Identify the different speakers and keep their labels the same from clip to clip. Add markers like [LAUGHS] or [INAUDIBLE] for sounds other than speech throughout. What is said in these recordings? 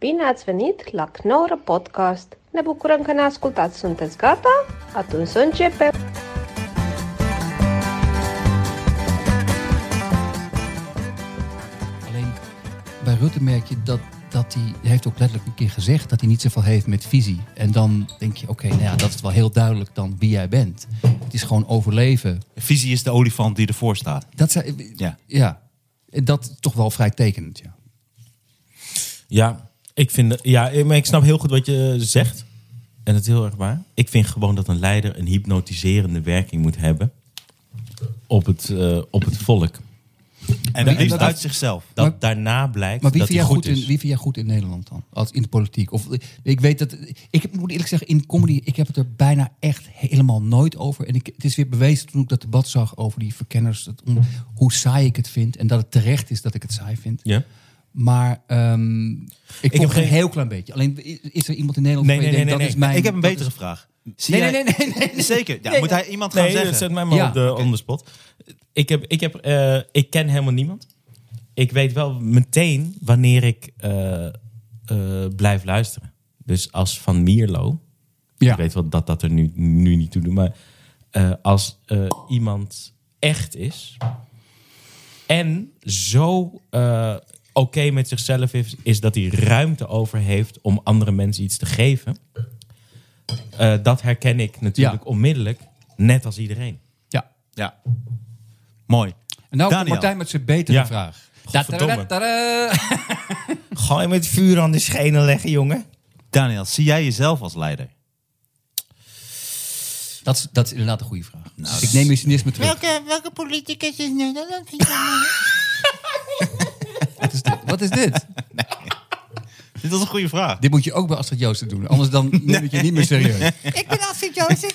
Speaker 1: Bine ați venit la Knorr Podcast! Ne bucurăm că ne ascultați! Sunteți gata? Atunci să începem!
Speaker 2: Alleen bij Rutte merk je dat, dat hij, hij heeft ook letterlijk een keer gezegd dat hij niet zoveel heeft met visie. En dan denk je, oké, nou ja, dat is wel heel duidelijk dan wie jij bent. Het is gewoon overleven.
Speaker 3: Visie is de olifant die ervoor staat.
Speaker 2: Dat, zei, ja.
Speaker 3: Ja.
Speaker 2: dat is toch wel vrij tekenend. Ja.
Speaker 4: Ja, ik vind, ja, maar ik snap heel goed wat je eh, zegt. En het is heel erg waar. Ik vind gewoon dat een leider een hypnotiserende werking moet hebben op het, eh, op het volk.
Speaker 3: En het liefst
Speaker 2: dat-
Speaker 3: uit zichzelf.
Speaker 4: Dat
Speaker 2: Maar-
Speaker 4: daarna blijkt
Speaker 2: Maar wie vind,
Speaker 4: dat hij
Speaker 2: jij
Speaker 4: goed,
Speaker 2: goed in,
Speaker 4: is.
Speaker 2: wie vind jij goed in Nederland dan? Als in de politiek? Of, ik weet dat, ik heb- moet eerlijk zeggen, in comedy, ik heb het er bijna echt helemaal nooit over. En ik, het is weer bewezen toen ik dat debat zag over die verkenners, dat, om- hoe saai ik het vind. En dat het terecht is dat ik het saai vind.
Speaker 4: Ja?
Speaker 2: Maar ehm, ik, heb
Speaker 4: heb
Speaker 2: geen
Speaker 4: geen-
Speaker 2: heel klein beetje. Alleen i- is er iemand in Nederland waarvan
Speaker 4: Nee, nee,
Speaker 2: je
Speaker 4: nee,
Speaker 2: denkt,
Speaker 4: nee,
Speaker 2: dat
Speaker 4: nee.
Speaker 2: is mijn...
Speaker 3: Ik heb een
Speaker 2: dat
Speaker 3: betere
Speaker 2: is-
Speaker 3: vraag. Zie
Speaker 2: Nee,
Speaker 3: jij-
Speaker 2: nee, nee, nee, nee, nee.
Speaker 3: Zeker. Ja,
Speaker 2: Nee,
Speaker 3: moet hij iemand gaan
Speaker 4: Nee,
Speaker 3: zeggen?
Speaker 4: zet mij maar
Speaker 2: Ja,
Speaker 4: op de on the spot. Ik, heb, ik, heb, eh, ik ken helemaal niemand. Ik weet wel meteen wanneer ik eh, eh, blijf luisteren. Dus als Van Mierlo,
Speaker 2: Ja.
Speaker 4: Ik weet wel dat dat er nu, nu niet toe doet. Maar eh, als eh, iemand echt is. En zo eh, oké met zichzelf is, is dat hij ruimte over heeft om andere mensen iets te geven. eh, dat herken ik natuurlijk
Speaker 2: Ja.
Speaker 4: onmiddellijk. Net als iedereen.
Speaker 2: Ja.
Speaker 3: Ja. Mooi.
Speaker 2: En nou komt
Speaker 3: Daniel.
Speaker 2: Martijn met zijn betere
Speaker 4: Ja.
Speaker 2: vraag.
Speaker 4: Godverdomme.
Speaker 2: Tadadadada.
Speaker 4: Ga je met vuur aan de schenen leggen, jongen?
Speaker 3: Daniel, zie jij jezelf als leider?
Speaker 2: Dat is, dat is inderdaad een goede vraag. Nou, ik neem je cynisme terug.
Speaker 5: Welke, welke politicus is Nederland?
Speaker 2: Wat is dit? Wat is dit?
Speaker 3: Dit was een goede [LAUGHS] vraag.
Speaker 2: Dit moet je ook bij Astrid Joosten doen. Anders dan neem ik je niet meer serieus.
Speaker 5: ik ben Astrid Joosten.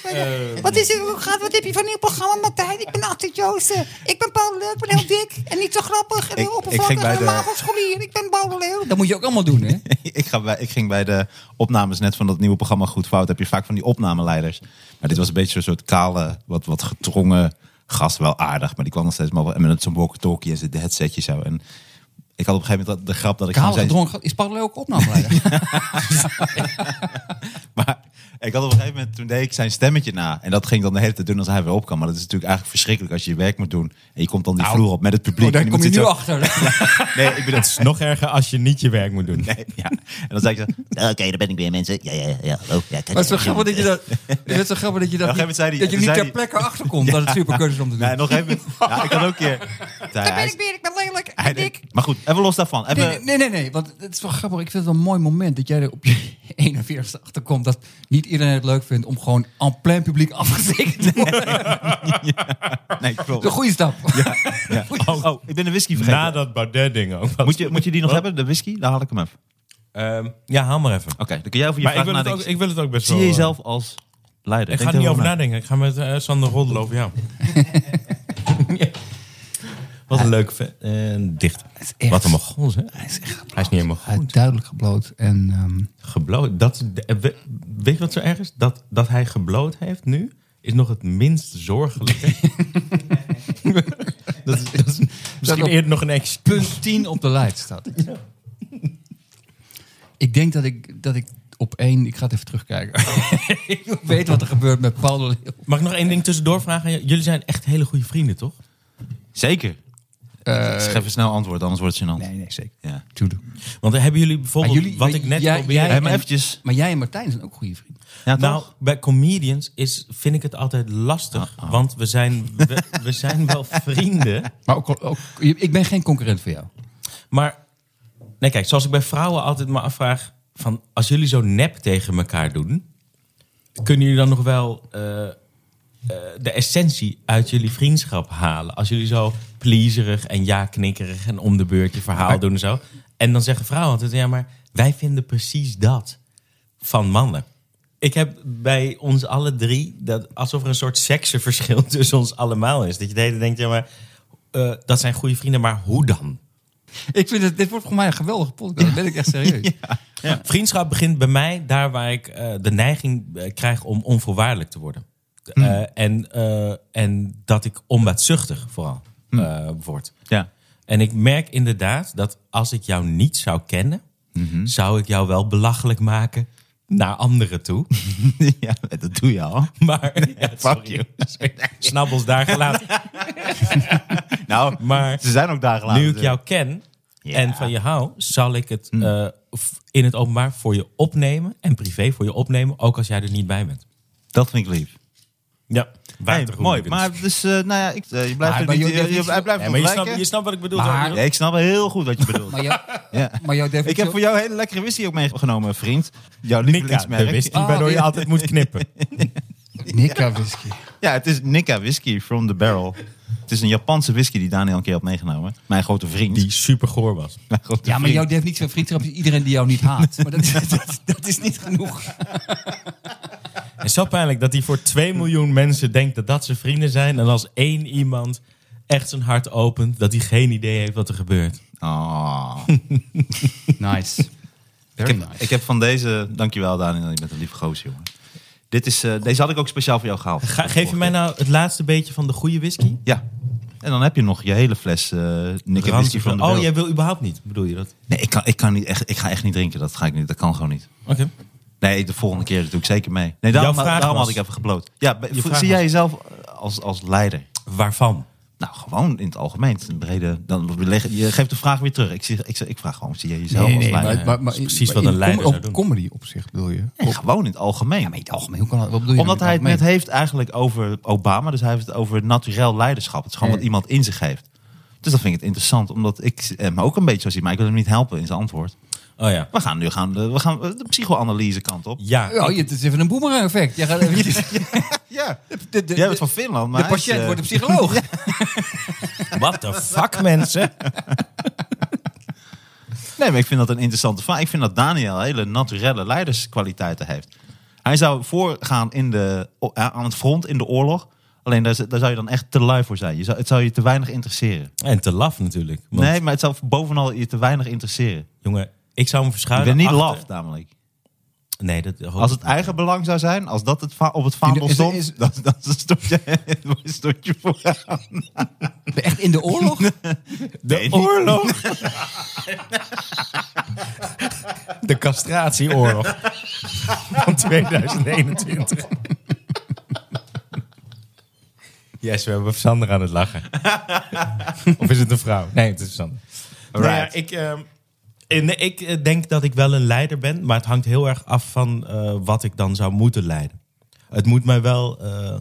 Speaker 5: Wat, is er, hoe gaat- wat heb je van nieuw programma, Martijn? Ik ben Astrid Joosten. Ik ben Paul de Leeuw, ik ben heel dik en niet zo grappig. En heel
Speaker 3: ik
Speaker 5: oppervlakkig
Speaker 3: ging bij
Speaker 5: en een
Speaker 3: de-
Speaker 5: magelscholier. Ik ben Paul de Leeuw.
Speaker 2: Dat moet je ook allemaal doen, hè?
Speaker 3: ik, ga bij, ik ging bij de opnames net van dat nieuwe programma Goed Fout. Heb je vaak van die opnameleiders. Maar dit was een beetje zo'n soort kale, wat, wat gedrongen gast. Wel aardig, maar die kwam nog steeds maar wel- en met zo'n walkie-talkie en zijn headsetje zo. En ik had op een gegeven moment de grap dat ik
Speaker 2: Kaal
Speaker 3: gewoon zei-
Speaker 2: gedrongen. Is Paul ook opnameleider?
Speaker 3: [LAUGHS] Maar ik had op een gegeven moment, toen deed ik zijn stemmetje na. En dat ging dan de hele tijd doen als hij weer opkwam. Maar dat is natuurlijk eigenlijk verschrikkelijk als je je werk moet doen. En je komt dan die vloer op met het publiek.
Speaker 2: Oh, daar
Speaker 3: en
Speaker 2: kom
Speaker 3: iemand
Speaker 2: je nu
Speaker 3: zit zo-
Speaker 2: achter.
Speaker 3: [LAUGHS] Nee, ik bedoel...
Speaker 4: Het is nog erger als je niet je werk moet doen.
Speaker 3: Nee, ja. En dan zei ik zo... Op
Speaker 5: [LAUGHS] Oké, daar ben ik weer, mensen. Ja, ja, ja. Hallo. ja
Speaker 2: Maar het is zo grappig dat je dat... Het is zo grappig dat je dat,
Speaker 3: een gegeven
Speaker 2: niet,
Speaker 3: moment zei hij-
Speaker 2: dat je
Speaker 3: toen
Speaker 2: niet
Speaker 3: zei
Speaker 2: ter
Speaker 3: hij-
Speaker 2: plekke achterkomt. Dat het superkeur is om te doen.
Speaker 3: Nee, nog even. Ja, ik had ook een keer...
Speaker 5: Daar
Speaker 3: hij-
Speaker 5: ben ik weer, ik ben lelijk
Speaker 3: hij
Speaker 5: en dik.
Speaker 3: deed- Maar goed, even los daarvan. Even,
Speaker 2: Nee, nee, nee, nee, want het is wel grappig. Ik vind het wel een mooi moment dat jij er op je [LAUGHS] 41ste achterkomt dat niet iedereen het leuk vindt om gewoon en plein publiek afgetekend te worden. Dat
Speaker 3: nee, klopt.
Speaker 2: is een goede stap.
Speaker 3: Ja. Oh, oh, ik ben de whisky vergeten.
Speaker 4: Na dat Baudet-ding ook. was.
Speaker 3: Moet, je, moet je die nog hebben, de whisky? Dan haal ik hem even. Oké,
Speaker 4: Ehm, ja, haal maar even.
Speaker 3: dan kun jij over je
Speaker 4: Maar ik
Speaker 3: vraag
Speaker 4: wil, het ook,
Speaker 3: nadenken.
Speaker 4: ik wil het ook best
Speaker 3: Zie
Speaker 4: wel...
Speaker 3: je
Speaker 4: eh,
Speaker 3: jezelf als leider?
Speaker 4: Ik
Speaker 3: Denk
Speaker 4: ga er
Speaker 3: erover
Speaker 4: niet over
Speaker 3: na.
Speaker 4: nadenken. Ik ga met eh, Sander roddelen over jou. [LAUGHS] Wat een leuke vent. En dicht.
Speaker 2: is echt-
Speaker 4: Wat een mogol, hè?
Speaker 2: Hij is echt
Speaker 4: Hij is niet helemaal
Speaker 2: Hij is
Speaker 4: goed.
Speaker 2: duidelijk gebloot en ehm,
Speaker 4: Gebloot. Dat, is- eh, we- weet je wat zo erg is? Dat, dat hij gebloot heeft nu, is nog het minst [LAUGHS] zorgelijke. dat, is- dat is misschien
Speaker 2: op-
Speaker 4: eerder nog een excuus.
Speaker 2: punt 10 op de lijst staat. [LAUGHS] Ik denk dat ik, dat ik op één, ik ga het even terugkijken. [LAUGHS] ik weet wat er gebeurt met Paul de Leeuw.
Speaker 4: Mag ik nog één ding tussendoor vragen? J- Jullie zijn echt hele goede vrienden, toch?
Speaker 3: Zeker.
Speaker 2: Eh,
Speaker 3: Schrijf een snel antwoord, anders wordt het gênant.
Speaker 2: nee, nee, zeker.
Speaker 3: Ja.
Speaker 2: Tuurlijk.
Speaker 4: Want hebben jullie bijvoorbeeld,
Speaker 2: Maar jullie-
Speaker 4: wat ik net
Speaker 2: jij-
Speaker 4: probeerde...
Speaker 2: jij-
Speaker 3: Hey, maar
Speaker 2: en-
Speaker 3: eventjes.
Speaker 2: Maar jij en Martijn zijn ook goede vrienden.
Speaker 3: Ja,
Speaker 4: Nou,
Speaker 3: toch?
Speaker 4: bij comedians is, vind ik het altijd lastig.
Speaker 2: Ah,
Speaker 4: Want we zijn, we, we zijn
Speaker 2: [LAUGHS]
Speaker 4: wel vrienden.
Speaker 2: Maar ook, ook, ik ben geen concurrent voor jou.
Speaker 4: Maar nee, kijk, zoals ik bij vrouwen altijd me afvraag... Van, als jullie zo nep tegen elkaar doen... kunnen jullie dan nog wel eh, eh, de essentie uit jullie vriendschap halen? Als jullie zo pleaserig en ja-knikkerig en om de beurt je verhaal doen en zo. En dan zeggen vrouwen altijd, ja, maar wij vinden precies dat van mannen. Ik heb bij ons alle drie dat alsof er een soort seksenverschil [LAUGHS] tussen ons allemaal is. Dat je de hele tijd denkt, ja, maar eh, dat zijn goede vrienden, maar hoe dan?
Speaker 2: Ik vind het, dit wordt voor mij een geweldige podcast. Dat ben ik echt [LAUGHS] serieus.
Speaker 4: Vriendschap begint bij mij daar waar ik eh, de neiging eh, krijg om onvoorwaardelijk te worden. Eh, en, eh, en dat ik onbaatzuchtig vooral eh, word.
Speaker 3: Ja.
Speaker 4: En ik merk inderdaad dat als ik jou niet zou kennen, zou ik jou wel belachelijk maken naar anderen toe. [LAUGHS]
Speaker 3: ja, dat doe je [LAUGHS] al.
Speaker 4: Maar ja,
Speaker 3: Fuck
Speaker 4: [LAUGHS] sorry.
Speaker 3: you.
Speaker 4: snabbels daar gelaten. [LAUGHS]
Speaker 3: Nou,
Speaker 4: Maar
Speaker 3: ze zijn ook daar gelaten.
Speaker 4: nu ik jou ken en van je hou, zal ik het eh, f- in het openbaar voor je opnemen en privé voor je opnemen, ook als jij er niet bij bent.
Speaker 3: Dat vind ik lief.
Speaker 4: Ja,
Speaker 3: Hey, mooi, maar dus, eh, nou ja, ik, eh, je blijft
Speaker 2: Maar-
Speaker 3: er
Speaker 2: maar
Speaker 3: niet,
Speaker 2: je-
Speaker 3: je, je,
Speaker 2: je-
Speaker 3: hij blijft nog
Speaker 4: Nee, maar je,
Speaker 3: lijken.
Speaker 4: snapt, je snapt wat ik bedoel.
Speaker 2: Maar-
Speaker 4: toch?
Speaker 3: Ja, ik snap heel goed wat je bedoelt.
Speaker 2: Maar, jou,
Speaker 4: [LAUGHS]
Speaker 3: Ja.
Speaker 2: maar jouw
Speaker 3: Ik heb voor jou een hele lekkere whisky ook meegenomen, vriend. Jouw lievelingsmerk.
Speaker 2: Ah,
Speaker 4: Oh.
Speaker 2: waardoor je ja.
Speaker 4: altijd moet [LAUGHS] knippen.
Speaker 2: Nikka whisky.
Speaker 3: Ja, het is Nikka whisky from the barrel. Het is een Japanse whisky die Daniel een keer had meegenomen. Mijn grote vriend.
Speaker 4: Die super goor was.
Speaker 3: Mijn grote
Speaker 2: Ja, maar
Speaker 3: vriend.
Speaker 2: jouw definitie van vriendschap is iedereen die jou niet haat. Maar
Speaker 4: [LAUGHS]
Speaker 2: dat, dat, dat is niet genoeg.
Speaker 4: En zo pijnlijk dat hij voor 2 miljoen mensen denkt dat dat zijn vrienden zijn. En als één iemand echt zijn hart opent, dat hij geen idee heeft wat er gebeurt.
Speaker 3: Ah.
Speaker 2: Nice.
Speaker 3: ik, heb, ik heb van deze... Dankjewel Daniel, je bent een lieve gozer, jongen. Dit is, eh, deze had ik ook speciaal voor jou gehaald.
Speaker 4: Ga, geef je mij nou het laatste beetje van de goede whisky?
Speaker 3: Ja. En dan heb je nog je hele fles eh Nikka whisky
Speaker 4: Ranzig.
Speaker 3: from the
Speaker 4: oh,
Speaker 3: barrel.
Speaker 4: jij wil überhaupt niet, bedoel je dat?
Speaker 3: Nee, ik, kan, ik, kan niet echt, ik ga echt niet drinken. Dat ga ik niet. Dat kan gewoon niet.
Speaker 4: Oké.
Speaker 3: Nee, de volgende keer doe ik zeker mee. Nee, daarom,
Speaker 4: Jouw vraag
Speaker 3: daarom
Speaker 4: was-
Speaker 3: had ik even gebloot. Ja, be- vo-
Speaker 4: Je vraag
Speaker 3: zie
Speaker 4: was-
Speaker 3: jij jezelf als, als leider?
Speaker 4: Waarvan?
Speaker 3: Nou, gewoon in het algemeen. In brede, dan, we leggen- je geeft de vraag weer terug. Ik, zie- ik, zeg- ik vraag gewoon, zie jij jezelf als leider?
Speaker 4: maar- maar-
Speaker 2: precies wat
Speaker 4: maar
Speaker 2: een
Speaker 4: in
Speaker 2: leider
Speaker 4: com-
Speaker 2: zou
Speaker 4: op
Speaker 2: doen. comedy op zich bedoel je?
Speaker 3: Nee, gewoon in het algemeen.
Speaker 2: Ja, maar in het algemeen. Hoe kan dat, wat bedoel je
Speaker 3: Omdat hij
Speaker 2: nou
Speaker 3: het
Speaker 2: met
Speaker 3: net
Speaker 2: algemeen?
Speaker 3: heeft eigenlijk over Obama. Dus hij heeft het over naturel leiderschap. Het is gewoon wat iemand in zich heeft. Dus dat vind ik het interessant. Omdat ik hem ook een beetje zo zie. Maar ik wil hem niet helpen in zijn antwoord.
Speaker 4: Oh ja.
Speaker 3: We gaan nu gaan de, we gaan de psychoanalyse kant op.
Speaker 4: Ja.
Speaker 2: Oh, je- het is even een boemerang effect. Jij gaat even-
Speaker 4: [LAUGHS]
Speaker 3: Ja,
Speaker 2: [LAUGHS] de- de-
Speaker 3: jij bent van Finland. Maar
Speaker 2: de
Speaker 3: hij is,
Speaker 2: patiënt
Speaker 3: eh,
Speaker 2: wordt een
Speaker 4: [LAUGHS]
Speaker 2: psycholoog.
Speaker 4: What the fuck, mensen?
Speaker 3: Nee, maar ik vind dat een interessante vraag. Ik vind dat Daniel hele naturelle leiderskwaliteiten heeft. Hij zou voorgaan in de, o- a- aan het front in de oorlog. Alleen daar, z- daar zou je dan echt te lui voor zijn. Je zou, het zou je te weinig interesseren.
Speaker 4: En te laf natuurlijk. Want,
Speaker 3: Nee, maar het zou bovenal je te weinig interesseren.
Speaker 4: Jongen, ik zou hem
Speaker 3: Je
Speaker 4: verschuilen.
Speaker 3: bent niet
Speaker 4: achter-
Speaker 3: laf namelijk.
Speaker 4: Nee, dat hoop
Speaker 3: Als
Speaker 4: ik
Speaker 3: het eigen belang zou zijn, als dat het va- op het vaandel
Speaker 2: Is- is-
Speaker 3: stond,
Speaker 2: is-
Speaker 3: dan, dan [LAUGHS] stond je, stond je vooraan.
Speaker 2: [LAUGHS] Echt in de oorlog?
Speaker 3: De
Speaker 4: Oorlog. De castratieoorlog van 2021. Yes, we hebben Sander aan het lachen. Of is het een vrouw? Nee, het is Sander. Nou ja,
Speaker 3: Right.
Speaker 4: ik, ehm, eh, nee, ik eh, denk dat ik wel een leider ben, maar het hangt heel erg af van eh, wat ik dan zou moeten leiden. Het moet mij wel. eh,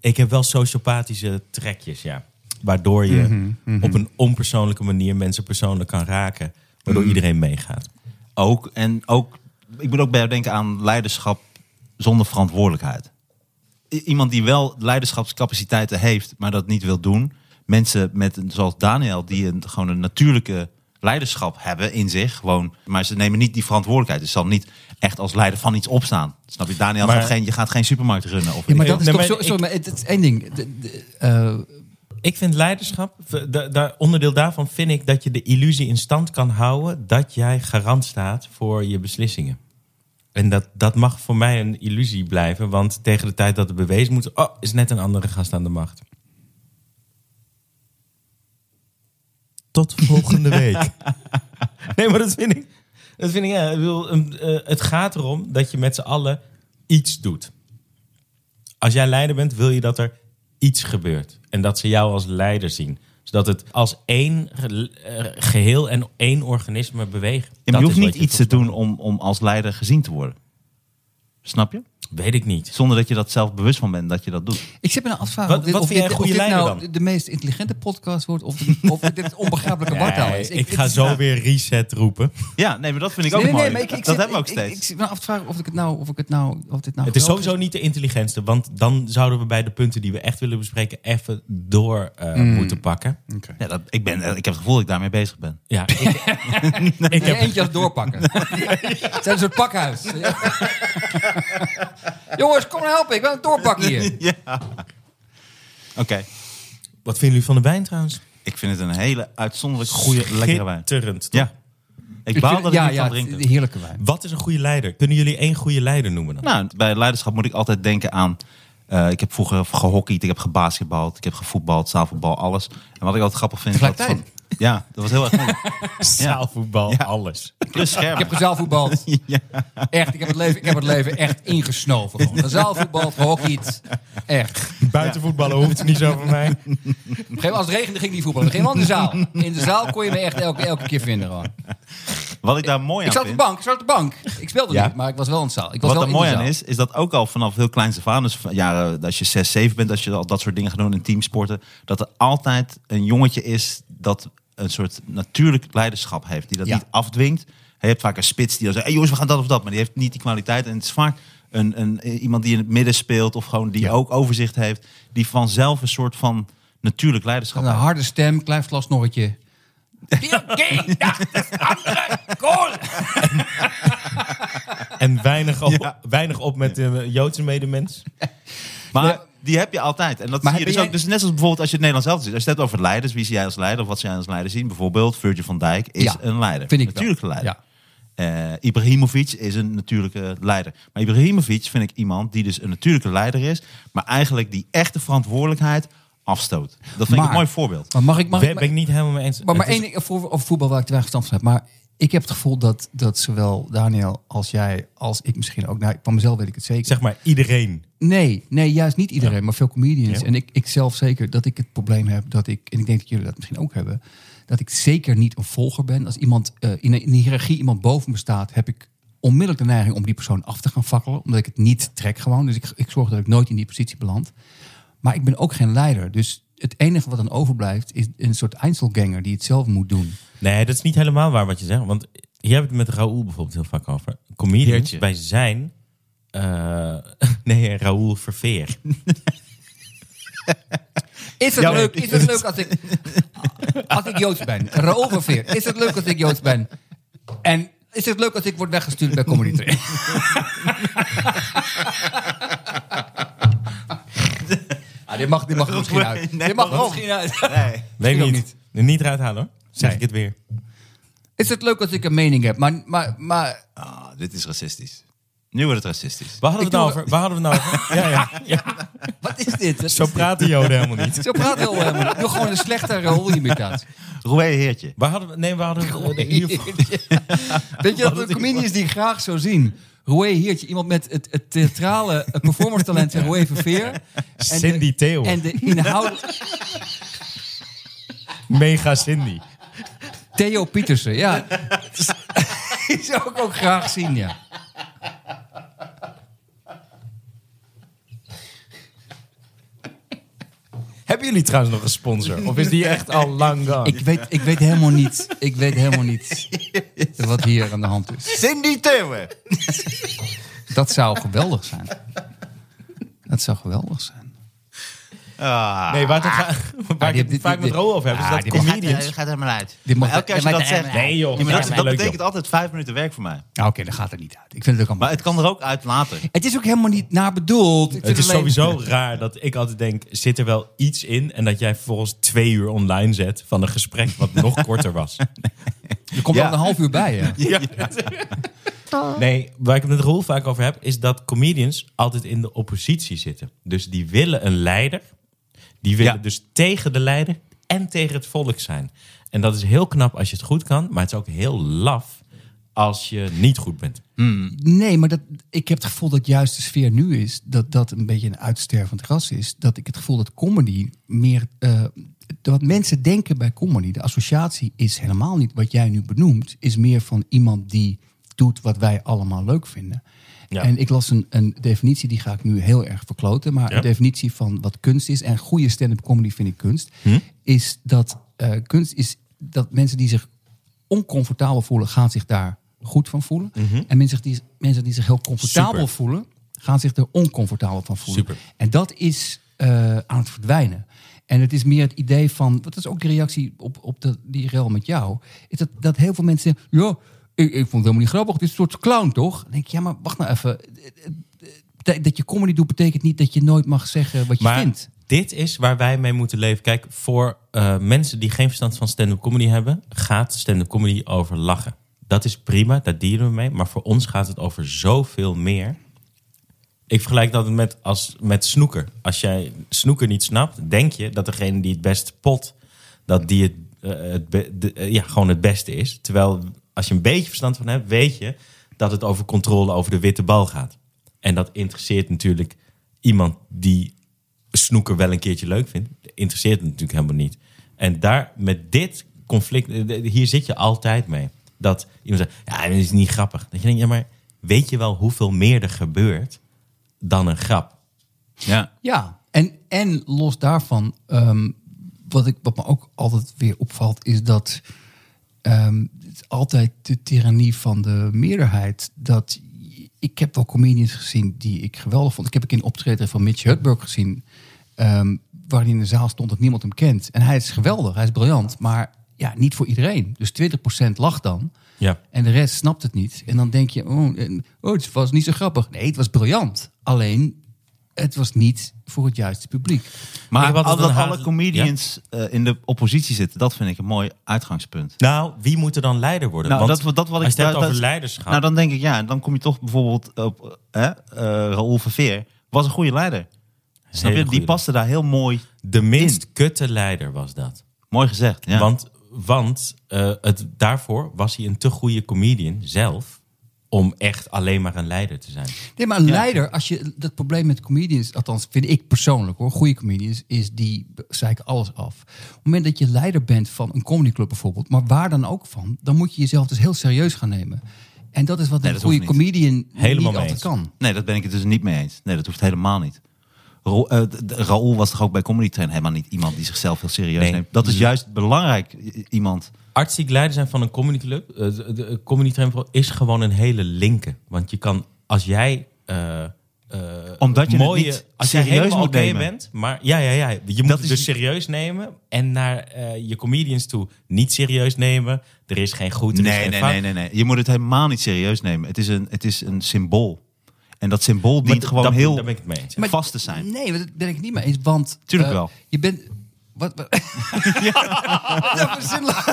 Speaker 4: ik heb wel sociopathische trekjes, ja. Waardoor je op een onpersoonlijke manier mensen persoonlijk kan raken. Waardoor iedereen meegaat.
Speaker 3: Ook, en ook, ik moet ook bij jou denken aan leiderschap zonder verantwoordelijkheid. I- Iemand die wel leiderschapscapaciteiten heeft, maar dat niet wil doen. Mensen met, een- zoals Daniel, die een, gewoon een natuurlijke leiderschap hebben in zich. Gewoon, maar ze nemen niet die verantwoordelijkheid. Dus zal niet echt als leider van iets opstaan. Snap je? Daniel,
Speaker 4: Maar-
Speaker 3: gaat geen, je gaat geen supermarkt runnen. Of
Speaker 2: Ja, maar dat is
Speaker 4: Nee,
Speaker 2: toch
Speaker 4: maar
Speaker 2: zo...
Speaker 4: ik-
Speaker 2: Sorry, maar het, het is één ding. De- de- eh,
Speaker 4: Ik vind leiderschap, v- da- daar- onderdeel daarvan vind ik dat je de illusie in stand kan houden dat jij garant staat voor je beslissingen. En dat, dat mag voor mij een illusie blijven, want tegen de tijd dat het bewezen moet, oh, is net een andere gast aan de macht. Tot [LAUGHS] volgende week. nee, maar dat vind ik. Dat vind ik ja, ik bedoel, een, eh, het gaat erom dat je met z'n allen iets doet als jij leider bent, wil je dat er iets gebeurt. En dat ze jou als leider zien. Zodat het als één ge- eh, geheel en één organisme beweegt.
Speaker 3: je
Speaker 4: Dat
Speaker 3: hoeft
Speaker 4: is wat
Speaker 3: niet iets te
Speaker 4: tot-
Speaker 3: doen om, om als leider gezien te worden. Snap je?
Speaker 4: Weet ik niet.
Speaker 3: Zonder dat je dat zelf bewust van bent dat je dat doet.
Speaker 2: ik zit me nou af te vragen
Speaker 4: Wat-
Speaker 2: of dit,
Speaker 4: wat
Speaker 2: of
Speaker 4: vind jij
Speaker 2: dit-
Speaker 4: een goede
Speaker 2: of dit
Speaker 4: leider
Speaker 2: nou
Speaker 4: dan?
Speaker 2: de meest intelligente podcast wordt... of, de- of dit het onbegrijpelijke wartaal
Speaker 4: Nee,
Speaker 2: is.
Speaker 4: ik, ga
Speaker 2: het-
Speaker 4: zo weer reset roepen.
Speaker 2: [LAUGHS]
Speaker 3: Ja, nee, maar dat vind ik ook
Speaker 2: nee, nee,
Speaker 3: mooi.
Speaker 2: nee, maar ik, ik
Speaker 3: dat
Speaker 2: zit-
Speaker 3: hebben we ook
Speaker 2: ik- ik-
Speaker 3: steeds.
Speaker 2: Ik zit me af te vragen of ik het nou... Of ik het nou of dit nou
Speaker 4: Het
Speaker 2: geweldig
Speaker 4: is sowieso niet de intelligentste, want dan zouden we bij de punten die we echt willen bespreken even door eh,
Speaker 3: Hmm.
Speaker 4: moeten pakken.
Speaker 3: Ja, dat, ik, ben, ik heb het gevoel dat ik daarmee bezig ben. [LAUGHS]
Speaker 4: Ja, ik, ik
Speaker 2: Ik heb
Speaker 4: heb
Speaker 2: eentje als doorpakken. Het zijn een soort pakhuis. [LAUGHS] Jongens, kom nou helpen. Ik wil het doorpakken hier.
Speaker 3: [LAUGHS] Oké.
Speaker 4: Wat vinden jullie van de wijn trouwens?
Speaker 3: Ik vind het een hele uitzonderlijk goede, lekkere wijn.
Speaker 4: Schitterend. toch?
Speaker 3: Ja. Ik baal dat ik
Speaker 2: ja,
Speaker 3: niet
Speaker 2: ja,
Speaker 3: kan
Speaker 2: het-
Speaker 3: drinken.
Speaker 2: de heerlijke wijn.
Speaker 4: Wat is een goede leider? Kunnen jullie één goede leider noemen dan?
Speaker 3: Nou, bij leiderschap moet ik altijd denken aan... eh, ik heb vroeger gehockeyd, ik heb gebasketbald, ik heb gevoetbald, zaalvoetbal, alles. En wat ik altijd grappig vind... is dat van-
Speaker 2: Tegelijkertijd?
Speaker 3: Ja, dat was heel erg
Speaker 2: [LAUGHS]
Speaker 3: moeilijk.
Speaker 4: Zaalvoetbal, alles.
Speaker 3: Plus
Speaker 2: Ik heb
Speaker 3: schermen. [LAUGHS]
Speaker 2: gezaalvoetbald. Echt, ik heb, het leven, ik heb het leven echt ingesnoven. gewoon. Gezaalvoetbald, gehockeyd. Echt. Op een
Speaker 4: [LAUGHS] Buitenvoetballen hoeft niet zo voor mij.
Speaker 2: gegeven moment als het regende ging ik niet voetballen. Dan ging ik gewoon in de zaal. In de zaal kon je me echt elke, elke keer vinden gewoon.
Speaker 3: Wat ik daar
Speaker 2: Ik
Speaker 3: mooi aan
Speaker 2: zat op de
Speaker 3: vind...
Speaker 2: bank, ik zat op de bank. Ik speelde
Speaker 3: Ja.
Speaker 2: niet, maar ik was wel in de zaal. Ik was
Speaker 3: Wat
Speaker 2: wel
Speaker 3: er
Speaker 2: in de
Speaker 3: mooi aan
Speaker 2: zaal.
Speaker 3: is, is dat ook al vanaf heel kleins af aan, dus van jaren, als je 6, 7 bent, als je al dat soort dingen gaat doen in teamsporten, dat er altijd een jongetje is dat een soort natuurlijk leiderschap heeft, die dat
Speaker 2: Ja.
Speaker 3: niet afdwingt. Je hebt vaak een spits die dan zegt, hey jongens, we gaan dat of dat, maar die heeft niet die kwaliteit. En het is vaak een, een, iemand die in het midden speelt of gewoon die ook overzicht heeft, die vanzelf een soort van natuurlijk leiderschap
Speaker 2: Een
Speaker 3: heeft.
Speaker 2: harde stem, klein vlasnorretje.
Speaker 4: En weinig op, weinig op met de Joodse medemens.
Speaker 3: Maar die heb je altijd. En dat
Speaker 2: Maar
Speaker 3: zie
Speaker 2: heb
Speaker 3: je dus
Speaker 2: jij-
Speaker 3: ook. Dus net als bijvoorbeeld als je het Nederlands zelf ziet. Als je het hebt over leiders, wie zie jij als leider? Of wat zie jij als leider zien? Bijvoorbeeld Virgil van Dijk is
Speaker 2: Ja,
Speaker 3: een leider.
Speaker 2: vind ik wel.
Speaker 3: Natuurlijke leider.
Speaker 2: Ja.
Speaker 3: Eh, Ibrahimovic is een natuurlijke leider. Maar Ibrahimovic vind ik iemand die dus een natuurlijke leider is. Maar eigenlijk die echte verantwoordelijkheid afstoot. Dat vind ik
Speaker 2: Maar-
Speaker 3: een mooi voorbeeld.
Speaker 2: Maar mag ik... Mag
Speaker 4: Daar
Speaker 2: ik
Speaker 4: ben ik niet helemaal mee eens.
Speaker 2: Maar, maar
Speaker 4: Het is-
Speaker 2: één ding voor, over voetbal waar ik te weinig verstand van heb. Maar ik heb het gevoel dat, dat zowel Daniel als jij, als ik misschien ook, nou, van mezelf weet ik het zeker.
Speaker 4: Zeg maar iedereen.
Speaker 2: Nee, nee, juist niet iedereen, maar veel comedians.
Speaker 4: Ja.
Speaker 2: En ik, ik zelf zeker dat ik het probleem heb dat ik, en ik denk dat jullie dat misschien ook hebben, dat ik zeker niet een volger ben. Als iemand eh, in, een, in een hiërarchie iemand boven me staat, heb ik onmiddellijk de neiging om die persoon af te gaan fakkelen, omdat ik het niet trek gewoon. Dus ik, ik zorg dat ik nooit in die positie beland. Maar ik ben ook geen leider. Dus het enige wat dan overblijft is een soort Einzelganger die het zelf moet doen.
Speaker 4: Nee, dat is niet helemaal waar wat je zegt. Want hier hebben we het met Raoul bijvoorbeeld heel vaak over. Comedians,
Speaker 3: Heertje.
Speaker 4: wij zijn... eh, [LAUGHS] nee, Raoul [LAUGHS] Verveer.
Speaker 2: Is het
Speaker 3: Ja,
Speaker 2: leuk?
Speaker 3: maar-
Speaker 2: Is het leuk als ik, als ik Joods ben? Raoul van Veer. Is het leuk als ik Joods ben? En is het leuk als ik word weggestuurd bij Comedy Train? Ah, dit mag, dit mag er misschien uit.
Speaker 3: Nee,
Speaker 2: dit mag er
Speaker 3: waarom?
Speaker 2: misschien uit. ook
Speaker 4: Weet ik niet.
Speaker 2: niet.
Speaker 4: Nee, Niet eruit halen hoor. Zeg ik het weer.
Speaker 2: Is het leuk als ik een mening heb? Maar, maar, maar
Speaker 3: Ah, dit is racistisch. Nu wordt het racistisch.
Speaker 4: Waar hadden we het nou
Speaker 2: doe-
Speaker 4: over? Waar hadden we het nou over? [LAUGHS] Ja, ja, ja.
Speaker 2: wat is dit? Wat
Speaker 4: Zo
Speaker 2: is dit?
Speaker 4: praten Joden helemaal niet.
Speaker 2: Zo praat heel helemaal. Ik doe gewoon een slechte Raoul-imitatie.
Speaker 3: Roué Heertje.
Speaker 4: [LAUGHS] Waar hadden we... Nee, waar hadden we...
Speaker 2: [LAUGHS]
Speaker 4: eh, [LAUGHS] hiervoor-
Speaker 2: Weet je dat de comedians die ik graag zou zien? Roué Heertje, iemand met het, het theatrale eh, performance talent van Roué Verveer. En
Speaker 4: Cindy
Speaker 2: de,
Speaker 4: Theo.
Speaker 2: En de inhoud...
Speaker 4: Mega Cindy.
Speaker 2: Theo Pietersen,
Speaker 3: [LAUGHS]
Speaker 2: ja. Die zou ik ook graag zien, ja.
Speaker 4: Hebben jullie trouwens nog een sponsor? Of is die echt al lang
Speaker 3: Oh,
Speaker 4: gone?
Speaker 2: Ik weet, ik weet helemaal niet, ik weet helemaal niet wat hier aan de hand is.
Speaker 3: Cindy Thewe.
Speaker 2: Dat zou geweldig zijn. Dat zou geweldig zijn.
Speaker 3: Ah.
Speaker 4: Nee, [LAUGHS] waar, het gaat- waar ik
Speaker 2: dit-
Speaker 4: het
Speaker 2: dit-
Speaker 4: vaak
Speaker 2: dit-
Speaker 4: met Roel over heb, is
Speaker 2: Ah,
Speaker 4: dat
Speaker 2: dit mag-
Speaker 4: comedians...
Speaker 3: gaat helemaal uit.
Speaker 2: Dit mag-
Speaker 3: Maar elke keer als je
Speaker 2: dit
Speaker 3: dat
Speaker 2: mag-
Speaker 3: zegt...
Speaker 4: Nee joh,
Speaker 3: Ja, maar dat,
Speaker 4: Ja,
Speaker 3: dat
Speaker 4: leuk,
Speaker 3: betekent altijd vijf minuten werk voor mij.
Speaker 2: Nou, Oké, dat gaat er niet uit. Ik vind het ook allemaal...
Speaker 3: Maar het kan er ook uit later.
Speaker 2: Het is ook helemaal niet naar bedoeld. Ik vind
Speaker 4: Het is
Speaker 2: alleen-
Speaker 4: sowieso raar dat ik altijd denk, zit er wel iets in? En dat jij vervolgens twee uur online zet van een gesprek wat
Speaker 2: [LAUGHS]
Speaker 4: nog korter was.
Speaker 2: Er komt
Speaker 3: Ja.
Speaker 2: wel een half uur bij, hè?
Speaker 4: Nee, waar ik het met Roel vaak over heb, is dat comedians altijd in de oppositie zitten. Dus die willen een leider. Die willen
Speaker 3: Ja.
Speaker 4: dus tegen de leider en tegen het volk zijn. En dat is heel knap als je het goed kan, maar het is ook heel laf als je niet goed bent.
Speaker 2: Nee, maar dat, ik heb het gevoel dat juist de sfeer nu is dat dat een beetje een uitstervend ras is. Dat ik het gevoel dat comedy meer. eh, wat mensen denken bij comedy, de associatie is helemaal niet wat jij nu benoemt, is meer van iemand die doet wat wij allemaal leuk vinden.
Speaker 4: Ja.
Speaker 2: En ik las een, een definitie, die ga ik nu heel erg verkloten. Maar
Speaker 4: Ja.
Speaker 2: een definitie van wat kunst is, en goede stand-up comedy vind ik kunst,
Speaker 4: Hm?
Speaker 2: is dat eh, kunst is dat mensen die zich oncomfortabel voelen, gaan zich daar goed van voelen. En mensen die, mensen die zich heel comfortabel
Speaker 4: Mhm. Super.
Speaker 2: voelen, gaan zich er oncomfortabel van voelen.
Speaker 4: Super.
Speaker 2: En dat is eh, aan het verdwijnen. En het is meer het idee van, dat is ook de reactie op, op de, die rel met jou, is dat, dat heel veel mensen zeggen, ja, ik, ik vond het helemaal niet grappig, dit is een soort clown toch? Dan denk ik, ja, maar wacht nou even. eh, Dat dat je comedy doet betekent niet dat je nooit mag zeggen wat je
Speaker 4: Maar
Speaker 2: vindt.
Speaker 4: dit is waar wij mee moeten leven. Kijk, voor eh, mensen die geen verstand van stand-up comedy hebben, gaat stand-up comedy over lachen. Dat is prima, daar dienen we mee. Maar voor ons gaat het over zoveel meer. Ik vergelijk dat met, als, met snoeker. Als jij snoeker niet snapt, denk je dat degene die het best pot, dat die het eh, het, be- de- eh, ja, gewoon het beste is. Terwijl als je een beetje verstand van hebt, weet je dat het over controle over de witte bal gaat. En dat interesseert natuurlijk iemand die snoeker wel een keertje leuk vindt. Interesseert het natuurlijk helemaal niet. En daar met dit conflict, eh, de- hier zit je altijd mee. Dat iemand zegt, ja, dat is niet grappig. Dat je denkt, ja, maar weet je wel hoeveel meer er gebeurt dan een
Speaker 3: [LAUGHS]
Speaker 4: grap?
Speaker 3: Ja.
Speaker 2: Ja, en, en los daarvan, ehm, wat, ik, wat me ook altijd weer opvalt, is dat ehm, het is altijd de tirannie van de meerderheid. Dat ik heb wel comedians gezien die ik geweldig vond. Ik heb een keer een optreden van Mitch Hedberg gezien, ehm, waarin in de zaal stond dat niemand hem kent. En hij is geweldig, hij is briljant, maar ja, niet voor iedereen. Dus 20% lacht dan.
Speaker 4: Ja.
Speaker 2: En de rest snapt het niet. En dan denk je, oh, en- oh, het was niet zo grappig. Nee, het was briljant. Alleen, het was niet voor het juiste publiek.
Speaker 4: Ik
Speaker 3: Maar
Speaker 4: heb
Speaker 3: dat
Speaker 4: altijd een
Speaker 3: alle
Speaker 4: haat-
Speaker 3: comedians eh, in de oppositie zitten, dat vind ik een mooi uitgangspunt.
Speaker 4: Nou, wie moet er dan leider worden?
Speaker 3: Nou,
Speaker 4: Want
Speaker 3: dat, wat- dat wat
Speaker 4: als
Speaker 3: ik
Speaker 4: je het hebt
Speaker 3: dat-
Speaker 4: over
Speaker 3: dat-
Speaker 4: leiderschap.
Speaker 3: Nou, dan denk ik ja, en dan kom je toch bijvoorbeeld op eh, eh, Raoul Verveer. Was een goede leider. Snap je?
Speaker 4: goede
Speaker 3: Die paste daar heel mooi,
Speaker 4: de minst kutte leider was dat.
Speaker 3: mooi gezegd. Ja.
Speaker 4: Want, want eh, het, daarvoor was hij een te goede comedian zelf om echt alleen maar een leider te zijn.
Speaker 2: Nee, maar een leider, als je dat probleem met comedians, althans vind ik persoonlijk hoor, goede comedians, is die zeiken alles af. Op het moment dat je leider bent van een comedyclub bijvoorbeeld, maar waar dan ook van, dan moet je jezelf dus heel serieus gaan nemen. En dat is wat een
Speaker 3: dat
Speaker 2: goede
Speaker 3: hoeft niet.
Speaker 2: comedian
Speaker 4: Helemaal
Speaker 2: niet
Speaker 4: mee
Speaker 2: altijd
Speaker 4: eens.
Speaker 2: kan.
Speaker 3: Nee, dat ben ik het dus niet mee eens. Nee, dat hoeft helemaal niet. Ro eh, d- d- Raoul was toch ook bij Comedy Train helemaal niet iemand die zichzelf heel serieus
Speaker 4: Nee.
Speaker 3: neemt. Dat is juist belangrijk, i- iemand.
Speaker 4: Artistiek leider zijn van een comedyclub, eh, de, de comedy train vooral, is gewoon een hele linker. Want je kan, als jij... eh, eh,
Speaker 3: Omdat je het niet
Speaker 4: als jij
Speaker 3: serieus
Speaker 4: helemaal
Speaker 3: moet
Speaker 4: oké
Speaker 3: nemen.
Speaker 4: bent, maar ja, ja, ja, je moet
Speaker 3: Dat
Speaker 4: het
Speaker 3: is-
Speaker 4: dus serieus nemen en naar eh, je comedians toe niet serieus nemen. Er is geen goed, er is
Speaker 3: Nee,
Speaker 4: geen
Speaker 3: nee,
Speaker 4: fout.
Speaker 3: nee, nee, nee. Je moet het helemaal niet serieus nemen. Het is een, het is een symbool. En dat symbool
Speaker 4: Maar
Speaker 3: dient
Speaker 4: d-
Speaker 3: gewoon
Speaker 4: dat-
Speaker 3: heel
Speaker 4: daar ben ik het mee eens.
Speaker 3: Maar- vast te zijn.
Speaker 2: Nee, dat ben ik niet mee eens, want...
Speaker 3: Tuurlijk
Speaker 2: eh,
Speaker 3: wel.
Speaker 2: Je bent... Wat, [LAUGHS]
Speaker 3: [LAUGHS]
Speaker 2: wat, ja, verzinnelijk.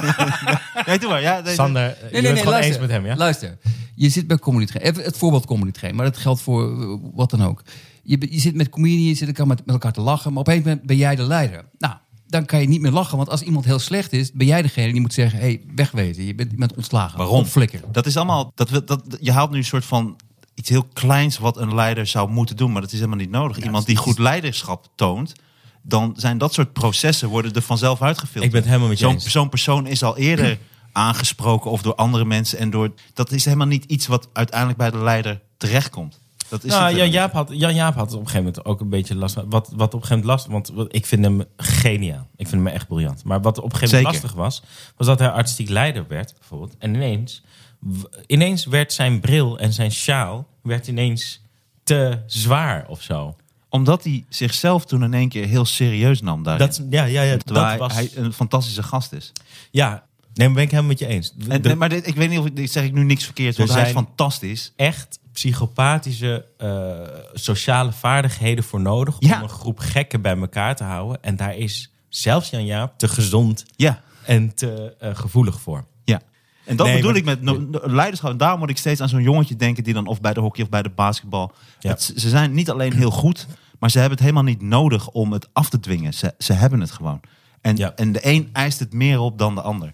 Speaker 3: Nee, doe maar. Ja, nee,
Speaker 4: Sander, eh, je bent het gewoon eens met hem, ja?
Speaker 2: Luister, je zit bij Comedy Train. Even het voorbeeld Comedy Train, maar dat geldt voor eh, wat dan ook. Je, be- je zit met comedians, je zit elkaar met, met elkaar te lachen, maar op een gegeven moment ben jij de leider. Nou, dan kan je niet meer lachen, want als iemand heel slecht is, ben jij degene die moet zeggen: hé, hey, wegwezen, je bent, je bent ontslagen.
Speaker 3: Waarom?
Speaker 2: Flikker.
Speaker 3: Dat is allemaal. Dat, wil- dat, je haalt nu een soort van iets heel kleins wat een leider zou moeten doen, maar dat is helemaal niet nodig. Iemand die goed leiderschap toont, dan zijn dat soort processen worden er vanzelf uitgefilterd.
Speaker 4: Ik ben het helemaal met je
Speaker 3: Zo'n
Speaker 4: eens.
Speaker 3: zo'n persoon is al eerder [CLEARS THROAT] aangesproken of door andere mensen en door. Dat is helemaal niet iets wat uiteindelijk bij de leider terechtkomt. Dat is
Speaker 4: Nou,
Speaker 3: het eh,
Speaker 4: ja,
Speaker 3: helemaal
Speaker 4: Jaap had, Jan Jaap had op een gegeven moment ook een beetje last. van- Wat, wat op een gegeven moment last, want wat- ik vind hem geniaal. Ik vind hem echt briljant. Maar wat op een gegeven moment
Speaker 3: Zeker.
Speaker 4: lastig was, was dat hij artistiek leider werd, bijvoorbeeld. En ineens, w- ineens werd zijn bril en zijn sjaal werd ineens te zwaar of zo.
Speaker 3: niet. Omdat hij zichzelf toen in één keer heel serieus nam daarin.
Speaker 4: Dat, ja, ja, ja,
Speaker 3: terwijl hij-
Speaker 4: dat was...
Speaker 3: hij een fantastische gast is.
Speaker 4: Ja, nee, maar ben ik helemaal met je eens.
Speaker 3: En,
Speaker 4: De-
Speaker 3: nee, maar dit, ik weet niet of ik dit zeg ik nu niks verkeerd, want hij is
Speaker 4: zijn-
Speaker 3: fantastisch.
Speaker 4: echt psychopathische eh, sociale vaardigheden voor nodig...
Speaker 3: Ja.
Speaker 4: om een groep gekken bij elkaar te houden. En daar is zelfs Jan Jaap te gezond
Speaker 3: Ja.
Speaker 4: en te eh, gevoelig voor.
Speaker 3: Ja. En dat
Speaker 4: Nee,
Speaker 3: bedoel
Speaker 4: maar-
Speaker 3: ik met no- no- leiderschap. En daarom moet ik steeds aan zo'n jongetje denken die dan of bij de hockey of bij de basketbal.
Speaker 4: Ja.
Speaker 3: Het- ze zijn niet alleen heel goed, maar ze hebben het helemaal niet nodig om het af te dwingen. Ze, ze hebben het gewoon. En,
Speaker 4: Ja.
Speaker 3: en de een eist het meer op dan de ander.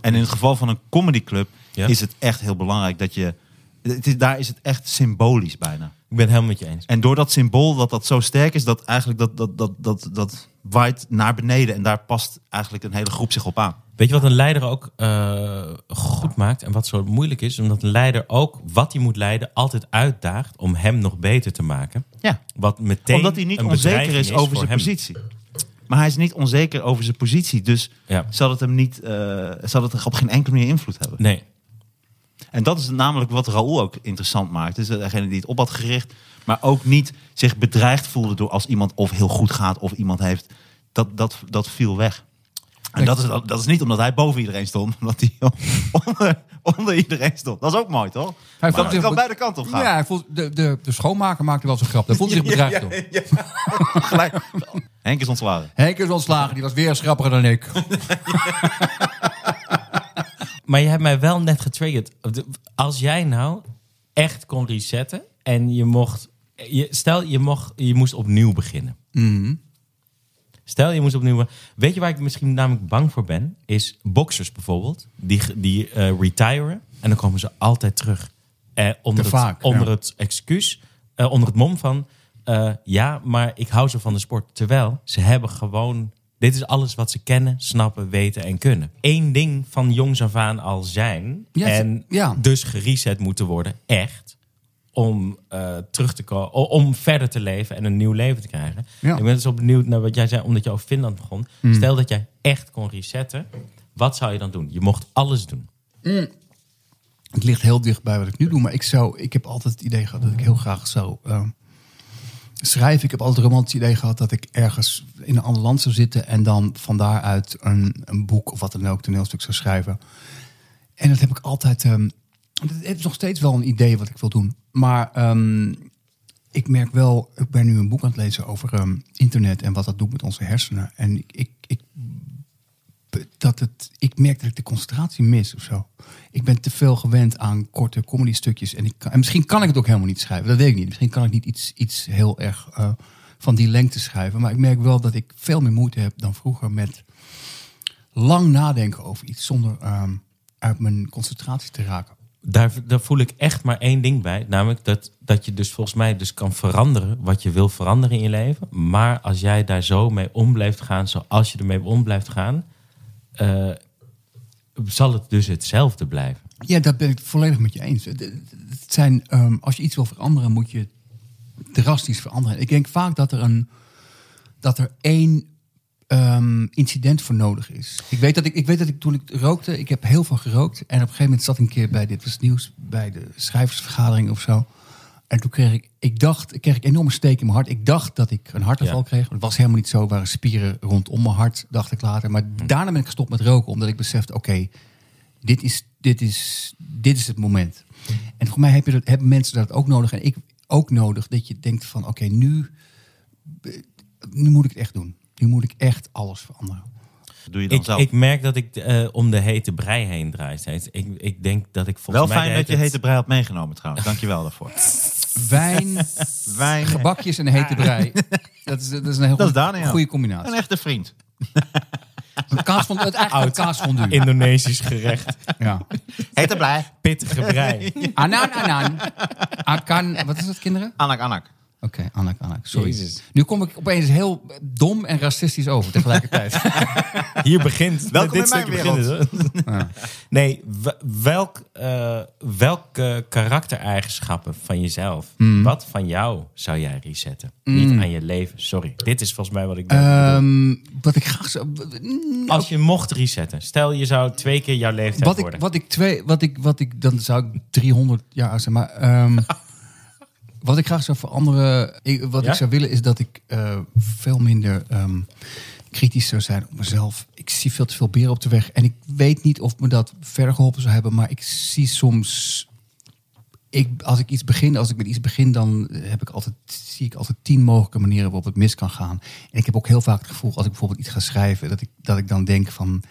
Speaker 3: En in het geval van een comedyclub
Speaker 4: Ja.
Speaker 3: is het echt heel belangrijk dat je... Het is, daar is het echt symbolisch bijna.
Speaker 4: Ik ben het helemaal met je eens.
Speaker 3: En door dat symbool dat dat zo sterk is, dat eigenlijk dat, dat, dat, dat, dat waait naar beneden. En daar past eigenlijk een hele groep zich op aan.
Speaker 4: Weet je wat een leider ook eh, goed maakt en wat zo moeilijk is? Omdat een leider ook wat hij moet leiden altijd uitdaagt om hem nog beter te maken.
Speaker 3: Ja.
Speaker 4: Wat meteen
Speaker 3: Omdat hij niet
Speaker 4: een
Speaker 3: onzeker
Speaker 4: bedreiging
Speaker 3: is over
Speaker 4: voor
Speaker 3: zijn
Speaker 4: hem.
Speaker 3: positie. Maar hij is niet onzeker over zijn positie. Dus
Speaker 4: Ja.
Speaker 3: zal het hem niet, eh, zal het op geen enkele manier invloed hebben.
Speaker 4: Nee,
Speaker 3: En dat is namelijk wat Raoul ook interessant maakt. Dus degene die het op had gericht, maar ook niet zich bedreigd voelde door als iemand of heel goed gaat of iemand heeft. Dat, dat, dat viel weg. En dat is, dat is niet omdat hij boven iedereen stond, [LAUGHS] omdat hij onder, onder iedereen stond. Dat is ook mooi, toch?
Speaker 2: Hij
Speaker 3: Maar
Speaker 2: vond
Speaker 3: dat
Speaker 2: zich
Speaker 3: kan
Speaker 2: be-
Speaker 3: beide kanten op gaan.
Speaker 2: Ja, hij voelt, de, de, de schoonmaker maakte wel zijn grap. Daar voelde hij zich bedreigd door.
Speaker 3: [LAUGHS] Gelijk. Henk is ontslagen.
Speaker 2: Henk is ontslagen, die was weer schrappiger dan ik.
Speaker 4: maar je hebt mij wel net getriggerd. De- Als jij nou echt kon resetten en je mocht... Je, stel, je, mocht, je moest opnieuw beginnen. Stel, je moest opnieuw... Weet je waar ik misschien namelijk bang voor ben? Is boxers bijvoorbeeld. Die, ge- die eh, retiren en dan komen ze altijd terug. Eh, onder
Speaker 2: Te
Speaker 4: het,
Speaker 2: vaak,
Speaker 4: onder
Speaker 2: ja.
Speaker 4: het excuus, eh, onder het mom van... eh, ja, maar ik hou zo van de sport. Terwijl ze hebben gewoon... Dit is alles wat ze kennen, snappen, weten en kunnen. Eén ding van jongs af aan al zijn...
Speaker 2: Ja,
Speaker 4: en
Speaker 2: ja.
Speaker 4: dus gereset moeten worden, echt om eh, terug te komen, om verder te leven en een nieuw leven te krijgen.
Speaker 2: Ja.
Speaker 4: Ik ben dus opnieuw naar wat jij zei, omdat je over Finland begon. Stel dat jij echt kon resetten, wat zou je dan doen? Je mocht alles doen.
Speaker 2: Het ligt heel dicht bij wat ik nu doe, maar ik, zou, ik heb altijd het idee gehad dat ik heel graag zou eh, schrijven. Ik heb altijd het romantisch idee gehad dat ik ergens in een ander land zou zitten en dan van daaruit een, een boek of wat dan ook, toneelstuk zou schrijven. En dat heb ik altijd. ehm dat heeft nog steeds wel een idee wat ik wil doen. Maar ehm, ik merk wel, ik ben nu een boek aan het lezen over ehm, internet en wat dat doet met onze hersenen. En ik, ik, ik dat het, ik merk dat ik de concentratie mis of zo. Ik ben te veel gewend aan korte comedy stukjes. En, ik kan, en misschien kan ik het ook helemaal niet schrijven. Dat weet ik niet. Misschien kan ik niet iets, iets heel erg eh, van die lengte schrijven. Maar ik merk wel dat ik veel meer moeite heb dan vroeger met lang nadenken over iets zonder ehm, uit mijn concentratie te raken.
Speaker 4: Daar, daar voel ik echt maar één ding bij. Namelijk dat, dat je dus volgens mij dus kan veranderen wat je wil veranderen in je leven. Maar als jij daar zo mee om blijft gaan, zoals je ermee om blijft gaan, eh, zal het dus hetzelfde blijven.
Speaker 2: Ja, dat ben ik volledig met je eens. Het, het- het zijn, ehm, als je iets wil veranderen, moet je drastisch veranderen. Ik denk vaak dat er, een, dat er één ehm, incident voor nodig is. Ik weet, dat ik, ik weet dat ik toen ik rookte, ik heb heel veel gerookt. En op een gegeven moment zat ik een keer bij Dit Was Het Nieuws, bij de schrijversvergadering of zo. En toen kreeg ik, ik dacht, kreeg ik een enorme steek in mijn hart. Ik dacht dat ik een hartaanval
Speaker 4: Ja.
Speaker 2: kreeg. Het was helemaal niet zo, er waren spieren rondom mijn hart, dacht ik later. Maar daarna ben ik gestopt met roken, omdat ik besefte, oké, dit is, dit is, dit is het moment. En voor mij heb je dat, hebben mensen dat ook nodig. En ik ook nodig dat je denkt van oké, nu, nu moet ik het echt doen. Nu moet ik echt alles veranderen.
Speaker 3: Dat doe je dan
Speaker 4: Ik,
Speaker 3: zelf.
Speaker 4: ik merk dat ik eh, om de hete brei heen draai steeds. Ik, ik denk dat ik volgens
Speaker 3: wel
Speaker 4: mij...
Speaker 3: fijn
Speaker 4: de
Speaker 3: dat je
Speaker 4: hele
Speaker 3: hete brei had meegenomen trouwens. Dankjewel [LAUGHS] daarvoor.
Speaker 2: Wijn,
Speaker 3: Wijn.
Speaker 2: gebakjes en een hete brei. Dat is, dat is een heel
Speaker 3: Dat
Speaker 2: goede-
Speaker 3: is Daniel.
Speaker 2: goede
Speaker 3: Een
Speaker 2: combinatie.
Speaker 3: echte vriend.
Speaker 2: Een kaas van, het eigenlijk een kaasfondue.
Speaker 4: tijd Indonesisch
Speaker 3: [LAUGHS]
Speaker 4: gerecht.
Speaker 2: Ja.
Speaker 3: Hete brei.
Speaker 4: Pittige brei.
Speaker 2: Anan, anan. Akan, wat is dat kinderen?
Speaker 3: Anak, anak.
Speaker 2: Oké, anak, anak. Sorry.
Speaker 4: Jezus.
Speaker 2: Nu kom ik opeens heel dom en racistisch over tegelijkertijd.
Speaker 4: Hier begint.
Speaker 3: Welkom
Speaker 4: dit
Speaker 3: in mijn
Speaker 4: stukje begint het.
Speaker 3: [LAUGHS]
Speaker 4: Nee, w- welk, eh, welke karaktereigenschappen van jezelf,
Speaker 3: Hmm.
Speaker 4: wat van jou zou jij resetten? Niet aan je leven, sorry. Dit is volgens mij wat ik bedoel.
Speaker 2: Ehm, wat ik graag zou...
Speaker 3: nou-
Speaker 4: Als je mocht resetten, stel je zou twee keer jouw leeftijd
Speaker 2: wat ik,
Speaker 4: worden.
Speaker 2: wat ik twee, wat ik, wat ik, dan zou ik 300 jaar oud zijn. Maar ehm, wat ik graag zou veranderen, ik- wat
Speaker 4: Ja?
Speaker 2: ik zou willen, is dat ik eh, veel minder ehm, kritisch zou zijn op mezelf. Ik zie veel te veel beren op de weg en ik weet niet of me dat verder geholpen zou hebben, maar ik zie soms. Ik, als ik iets begin, als ik met iets begin, dan heb ik altijd, zie ik altijd tien mogelijke manieren waarop het mis kan gaan. En ik heb ook heel vaak het gevoel, als ik bijvoorbeeld iets ga schrijven, dat ik, dat ik dan denk van,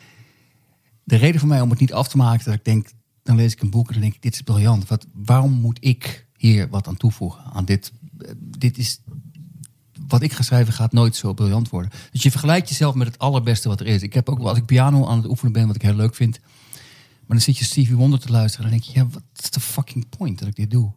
Speaker 2: de reden voor mij om het niet af te maken, is dat ik denk, dan lees ik een boek en dan denk ik, dit is briljant. Wat, waarom moet ik hier wat aan toevoegen? Aan dit, Eh, dit is, wat ik ga schrijven gaat nooit zo briljant worden. Dus je vergelijkt jezelf met het allerbeste wat er is. Ik heb ook, wel- als ik piano aan het oefenen ben, wat ik heel leuk vind, maar dan zit je Stevie Wonder te luisteren en dan denk je, ja, wat is de fucking point dat ik dit doe?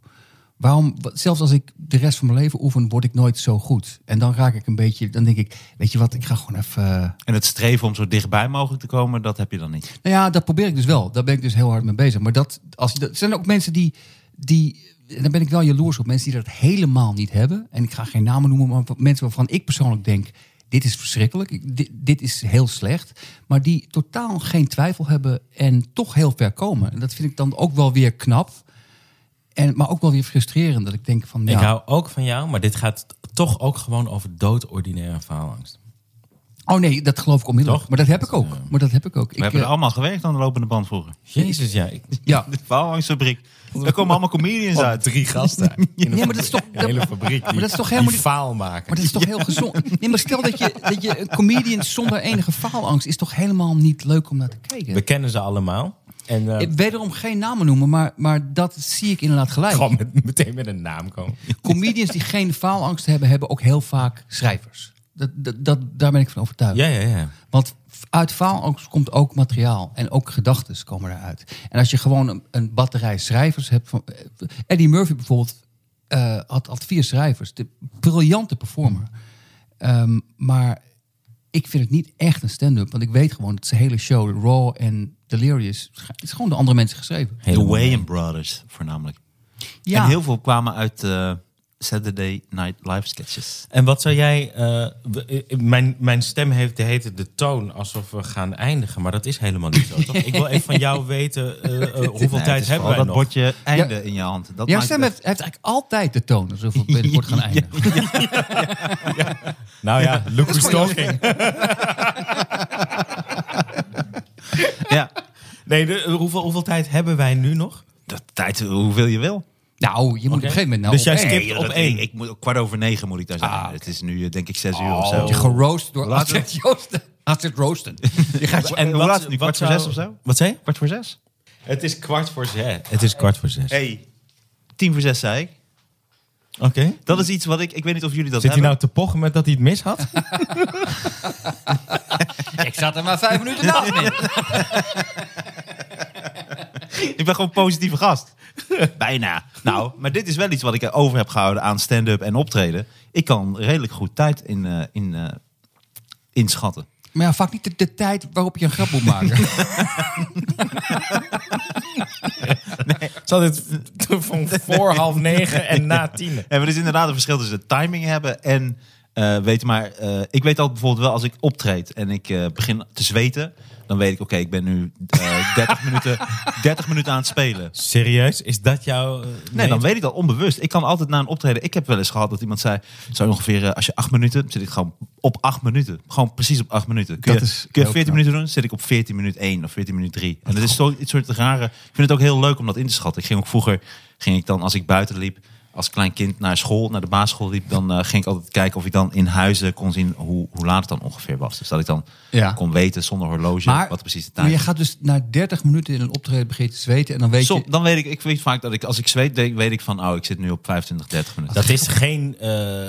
Speaker 2: Waarom, wat- zelfs als ik de rest van mijn leven oefen, word ik nooit zo goed. En dan raak ik een beetje, dan denk ik, weet je wat, ik ga gewoon even... eh,
Speaker 3: En het streven om zo dichtbij mogelijk te komen, dat heb je dan niet.
Speaker 2: nou ja, dat probeer ik dus wel. Daar ben ik dus heel hard mee bezig. Maar dat, als, je dat er zijn ook mensen die, die. en Daar ben ik wel jaloers op. Mensen die dat helemaal niet hebben. En ik ga geen namen noemen, maar van mensen waarvan ik persoonlijk denk. Dit is verschrikkelijk. ik- Dit, dit is heel slecht. Maar die totaal geen twijfel hebben en toch heel ver komen. En dat vind ik dan ook wel weer knap. En, maar ook wel weer frustrerend. Dat ik denk van.
Speaker 4: Ik
Speaker 2: ja,
Speaker 4: hou ook van jou, maar dit gaat toch ook gewoon over doodordinaire faalangst.
Speaker 2: Oh nee, dat geloof ik onmiddellijk.
Speaker 4: Toch?
Speaker 2: Maar dat heb ik ook. Maar dat heb ik ook.
Speaker 3: We
Speaker 2: ik,
Speaker 3: hebben er
Speaker 2: eh,
Speaker 3: allemaal gewerkt aan de lopende band vroeger.
Speaker 4: Jezus, ja. Oh. ik-
Speaker 2: ja,
Speaker 3: [LAUGHS] De fabriek. Daar komen allemaal
Speaker 4: [LAUGHS]
Speaker 3: comedians uit.
Speaker 4: drie gasten.
Speaker 2: Ja, maar dat is toch-
Speaker 4: Een hele fabriek. Die,
Speaker 2: maar dat is toch helemaal
Speaker 4: die
Speaker 2: niet-
Speaker 4: faal maken.
Speaker 2: Maar dat is toch heel gezond. Nee, maar stel dat je, dat je een comedian zonder enige faalangst is toch helemaal niet leuk om naar te kijken.
Speaker 4: We kennen ze allemaal. En eh,
Speaker 2: Ik wederom geen namen noemen, maar, maar dat zie ik inderdaad gelijk.
Speaker 4: gewoon met- meteen met een naam komen.
Speaker 2: Comedians die geen faalangst hebben, hebben ook heel vaak schrijvers. Dat, dat, dat, daar ben ik van overtuigd.
Speaker 4: Ja, ja, ja.
Speaker 2: Want uit faalangst komt ook materiaal en ook gedachten komen eruit. En als je gewoon een, een batterij schrijvers hebt. Van, eh, Eddie Murphy bijvoorbeeld eh, had, had vier schrijvers. De briljante performer. Ehm, maar ik vind het niet echt een stand-up. Want ik weet gewoon dat zijn hele show, Raw en Delirious, het is gewoon door andere mensen geschreven.
Speaker 3: The Wayne Brothers voornamelijk.
Speaker 2: Ja.
Speaker 3: En heel veel kwamen uit eh, Saturday Night Live sketches.
Speaker 4: En wat zou jij... eh, w- eh, mijn, mijn stem heeft de hete de toon alsof we gaan eindigen. Maar dat is helemaal niet zo, toch? Ik wil even van jou
Speaker 2: [LAUGHS]
Speaker 4: weten eh, eh, hoeveel
Speaker 3: Nee, het
Speaker 4: tijd
Speaker 3: is
Speaker 4: hebben
Speaker 3: vooral
Speaker 4: wij
Speaker 3: dat
Speaker 4: nog.
Speaker 3: bordje einde in je hand. Dat
Speaker 2: Jouw
Speaker 3: maakt
Speaker 2: stem
Speaker 3: het
Speaker 2: heeft, heeft eigenlijk altijd de toon alsof we binnenkort gaan eindigen. [LAUGHS]
Speaker 4: Nou ja, look who's talking.
Speaker 3: echt- Ja,
Speaker 4: Nee, de- eh, hoeveel, hoeveel tijd hebben wij nu nog?
Speaker 3: dat tijd hoeveel je wil.
Speaker 2: Nou, je moet op een gegeven moment nou
Speaker 4: Dus jij
Speaker 2: op-
Speaker 4: skipt-
Speaker 3: Nee, joh,
Speaker 4: op
Speaker 3: dat-
Speaker 4: één. Ah,
Speaker 3: Ik, ik moet, op kwart over negen moet ik daar zijn. Het is nu eh, denk ik zes uur
Speaker 4: Oh.
Speaker 3: of
Speaker 2: Word je
Speaker 3: zo.
Speaker 2: geroost door
Speaker 3: Laat
Speaker 2: Astrid Joosten. Astrid Roosten. Je gaat je...
Speaker 3: En hoe
Speaker 4: wat-
Speaker 3: laat is het nu? Kwart
Speaker 4: wat
Speaker 3: voor
Speaker 4: zou-
Speaker 3: zes of zo?
Speaker 4: Wat zei je?
Speaker 3: Kwart voor zes?
Speaker 4: Het is kwart voor zes. Het is kwart voor zes.
Speaker 3: Hey. Tien voor zes zei ik.
Speaker 4: Oké.
Speaker 3: Dat is iets wat ik... Ik weet niet of jullie dat
Speaker 4: Zit hij
Speaker 3: hebben.
Speaker 4: nou te pochen met dat hij het mis
Speaker 3: [LAUGHS]
Speaker 4: had?
Speaker 2: Ik zat er maar vijf minuten na. Nee.
Speaker 3: Ik ben gewoon een positieve gast. [LAUGHS] Bijna. Nou, maar dit is wel iets wat ik over heb gehouden aan stand-up en optreden. Ik kan redelijk goed tijd in, eh, in, eh, inschatten.
Speaker 2: Maar ja, vaak niet de, de tijd waarop je een grap moet
Speaker 3: [LAUGHS]
Speaker 2: maken.
Speaker 4: Zat het van voor half negen en na tien?
Speaker 3: En er is inderdaad een verschil tussen het timing hebben en eh weten maar. eh, ik weet altijd bijvoorbeeld wel als ik optreed en ik eh, begin te zweten. Dan weet ik, oké, ik ben nu eh [LAUGHS] 30, minuten, 30 minuten aan het spelen.
Speaker 4: Serieus? Is dat jouw... eh,
Speaker 3: Nee, dan weet ik dat onbewust. Ik kan altijd na een optreden. Ik heb wel eens gehad dat iemand zei: Zo ongeveer, eh, als je acht minuten. zit ik gewoon op acht minuten. Gewoon precies op acht minuten. Kun je,
Speaker 2: Dat is
Speaker 3: kun je
Speaker 2: heel
Speaker 3: 14
Speaker 2: knap.
Speaker 3: minuten doen? Zit ik op 14 minuut 1 of 14 minuut 3. En dat is zo, iets soort rare. Ik vind het ook heel leuk om dat in te schatten. Ik ging ook vroeger, ging ik dan als ik buiten liep. Als klein kind naar school, naar de basisschool liep, dan eh, ging ik altijd kijken of ik dan in huizen kon zien hoe, hoe laat het dan ongeveer was. Dus dat ik dan
Speaker 2: Ja.
Speaker 3: kon weten zonder horloge
Speaker 2: Maar,
Speaker 3: wat precies de tijd
Speaker 2: maar je
Speaker 3: was.
Speaker 2: gaat dus na 30 minuten in een optreden begint te zweten. En dan weet
Speaker 3: Som-
Speaker 2: je...
Speaker 3: dan weet ik, ik weet vaak dat ik als ik zweet, denk- weet ik van, oh, ik zit nu op 25, 30 minuten.
Speaker 4: Dat is geen eh,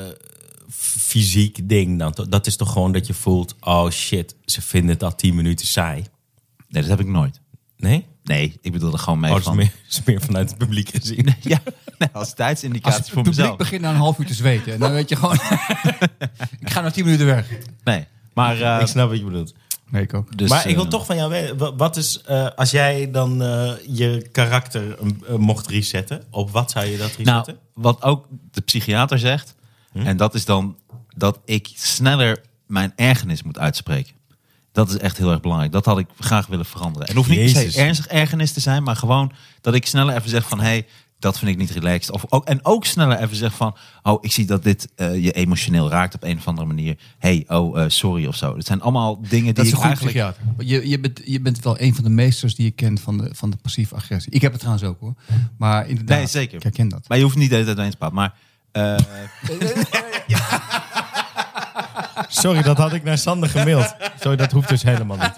Speaker 4: f- fysiek ding dan. toch? Dat is toch gewoon dat je voelt... Oh shit, ze vinden het al tien minuten saai.
Speaker 3: Nee, dat heb ik nooit.
Speaker 4: Nee?
Speaker 3: Nee, ik bedoel er gewoon mee
Speaker 4: Oh, dat is
Speaker 3: van.
Speaker 4: meer, dat is meer vanuit het publiek gezien.
Speaker 3: Ja, nee, [LAUGHS] als
Speaker 2: Als
Speaker 3: tijdsindicatie
Speaker 2: het
Speaker 3: voor
Speaker 2: publiek
Speaker 3: mezelf.
Speaker 2: begint na een half uur te zweten. En dan weet je
Speaker 3: [LAUGHS]
Speaker 2: gewoon... ik ga nog 10 minuten weg.
Speaker 3: Nee, maar... eh,
Speaker 4: [LAUGHS] Ik snap wat je bedoelt.
Speaker 2: Nee, ik ook.
Speaker 3: dus,
Speaker 4: maar ik wil
Speaker 3: eh,
Speaker 4: toch van jou weten, wa- wat is, eh, als jij dan eh, je karakter eh, mocht resetten, op wat zou je dat resetten?
Speaker 3: Nou, wat ook de psychiater zegt,
Speaker 4: Hm?
Speaker 3: en dat is dan dat ik sneller mijn ergernis moet uitspreken. Dat is echt heel erg belangrijk. Dat had ik graag willen veranderen. En het hoeft niet per
Speaker 4: Jezus.
Speaker 3: se ernstig ergernis te zijn, maar gewoon dat ik sneller even zeg van... hey, dat vind ik niet relaxed. Of ook, en ook sneller even zeg van... oh, ik zie dat dit eh, je emotioneel raakt op een of andere manier. hey, oh, eh, sorry of zo. Dat zijn allemaal dingen
Speaker 2: Dat
Speaker 3: die
Speaker 2: is een
Speaker 3: ik
Speaker 2: goed
Speaker 3: eigenlijk...
Speaker 2: psychiater. Je, je, bent, je bent wel een van de meesters die je kent van de, van de passieve agressie. Ik heb het trouwens ook hoor. Maar inderdaad,
Speaker 3: Nee, zeker.
Speaker 2: ik herken dat.
Speaker 3: Maar je hoeft niet de hele tijd mee te praten. Maar eh,
Speaker 4: Sorry, dat had ik naar Sander gemaild. Sorry, dat hoeft dus helemaal niet.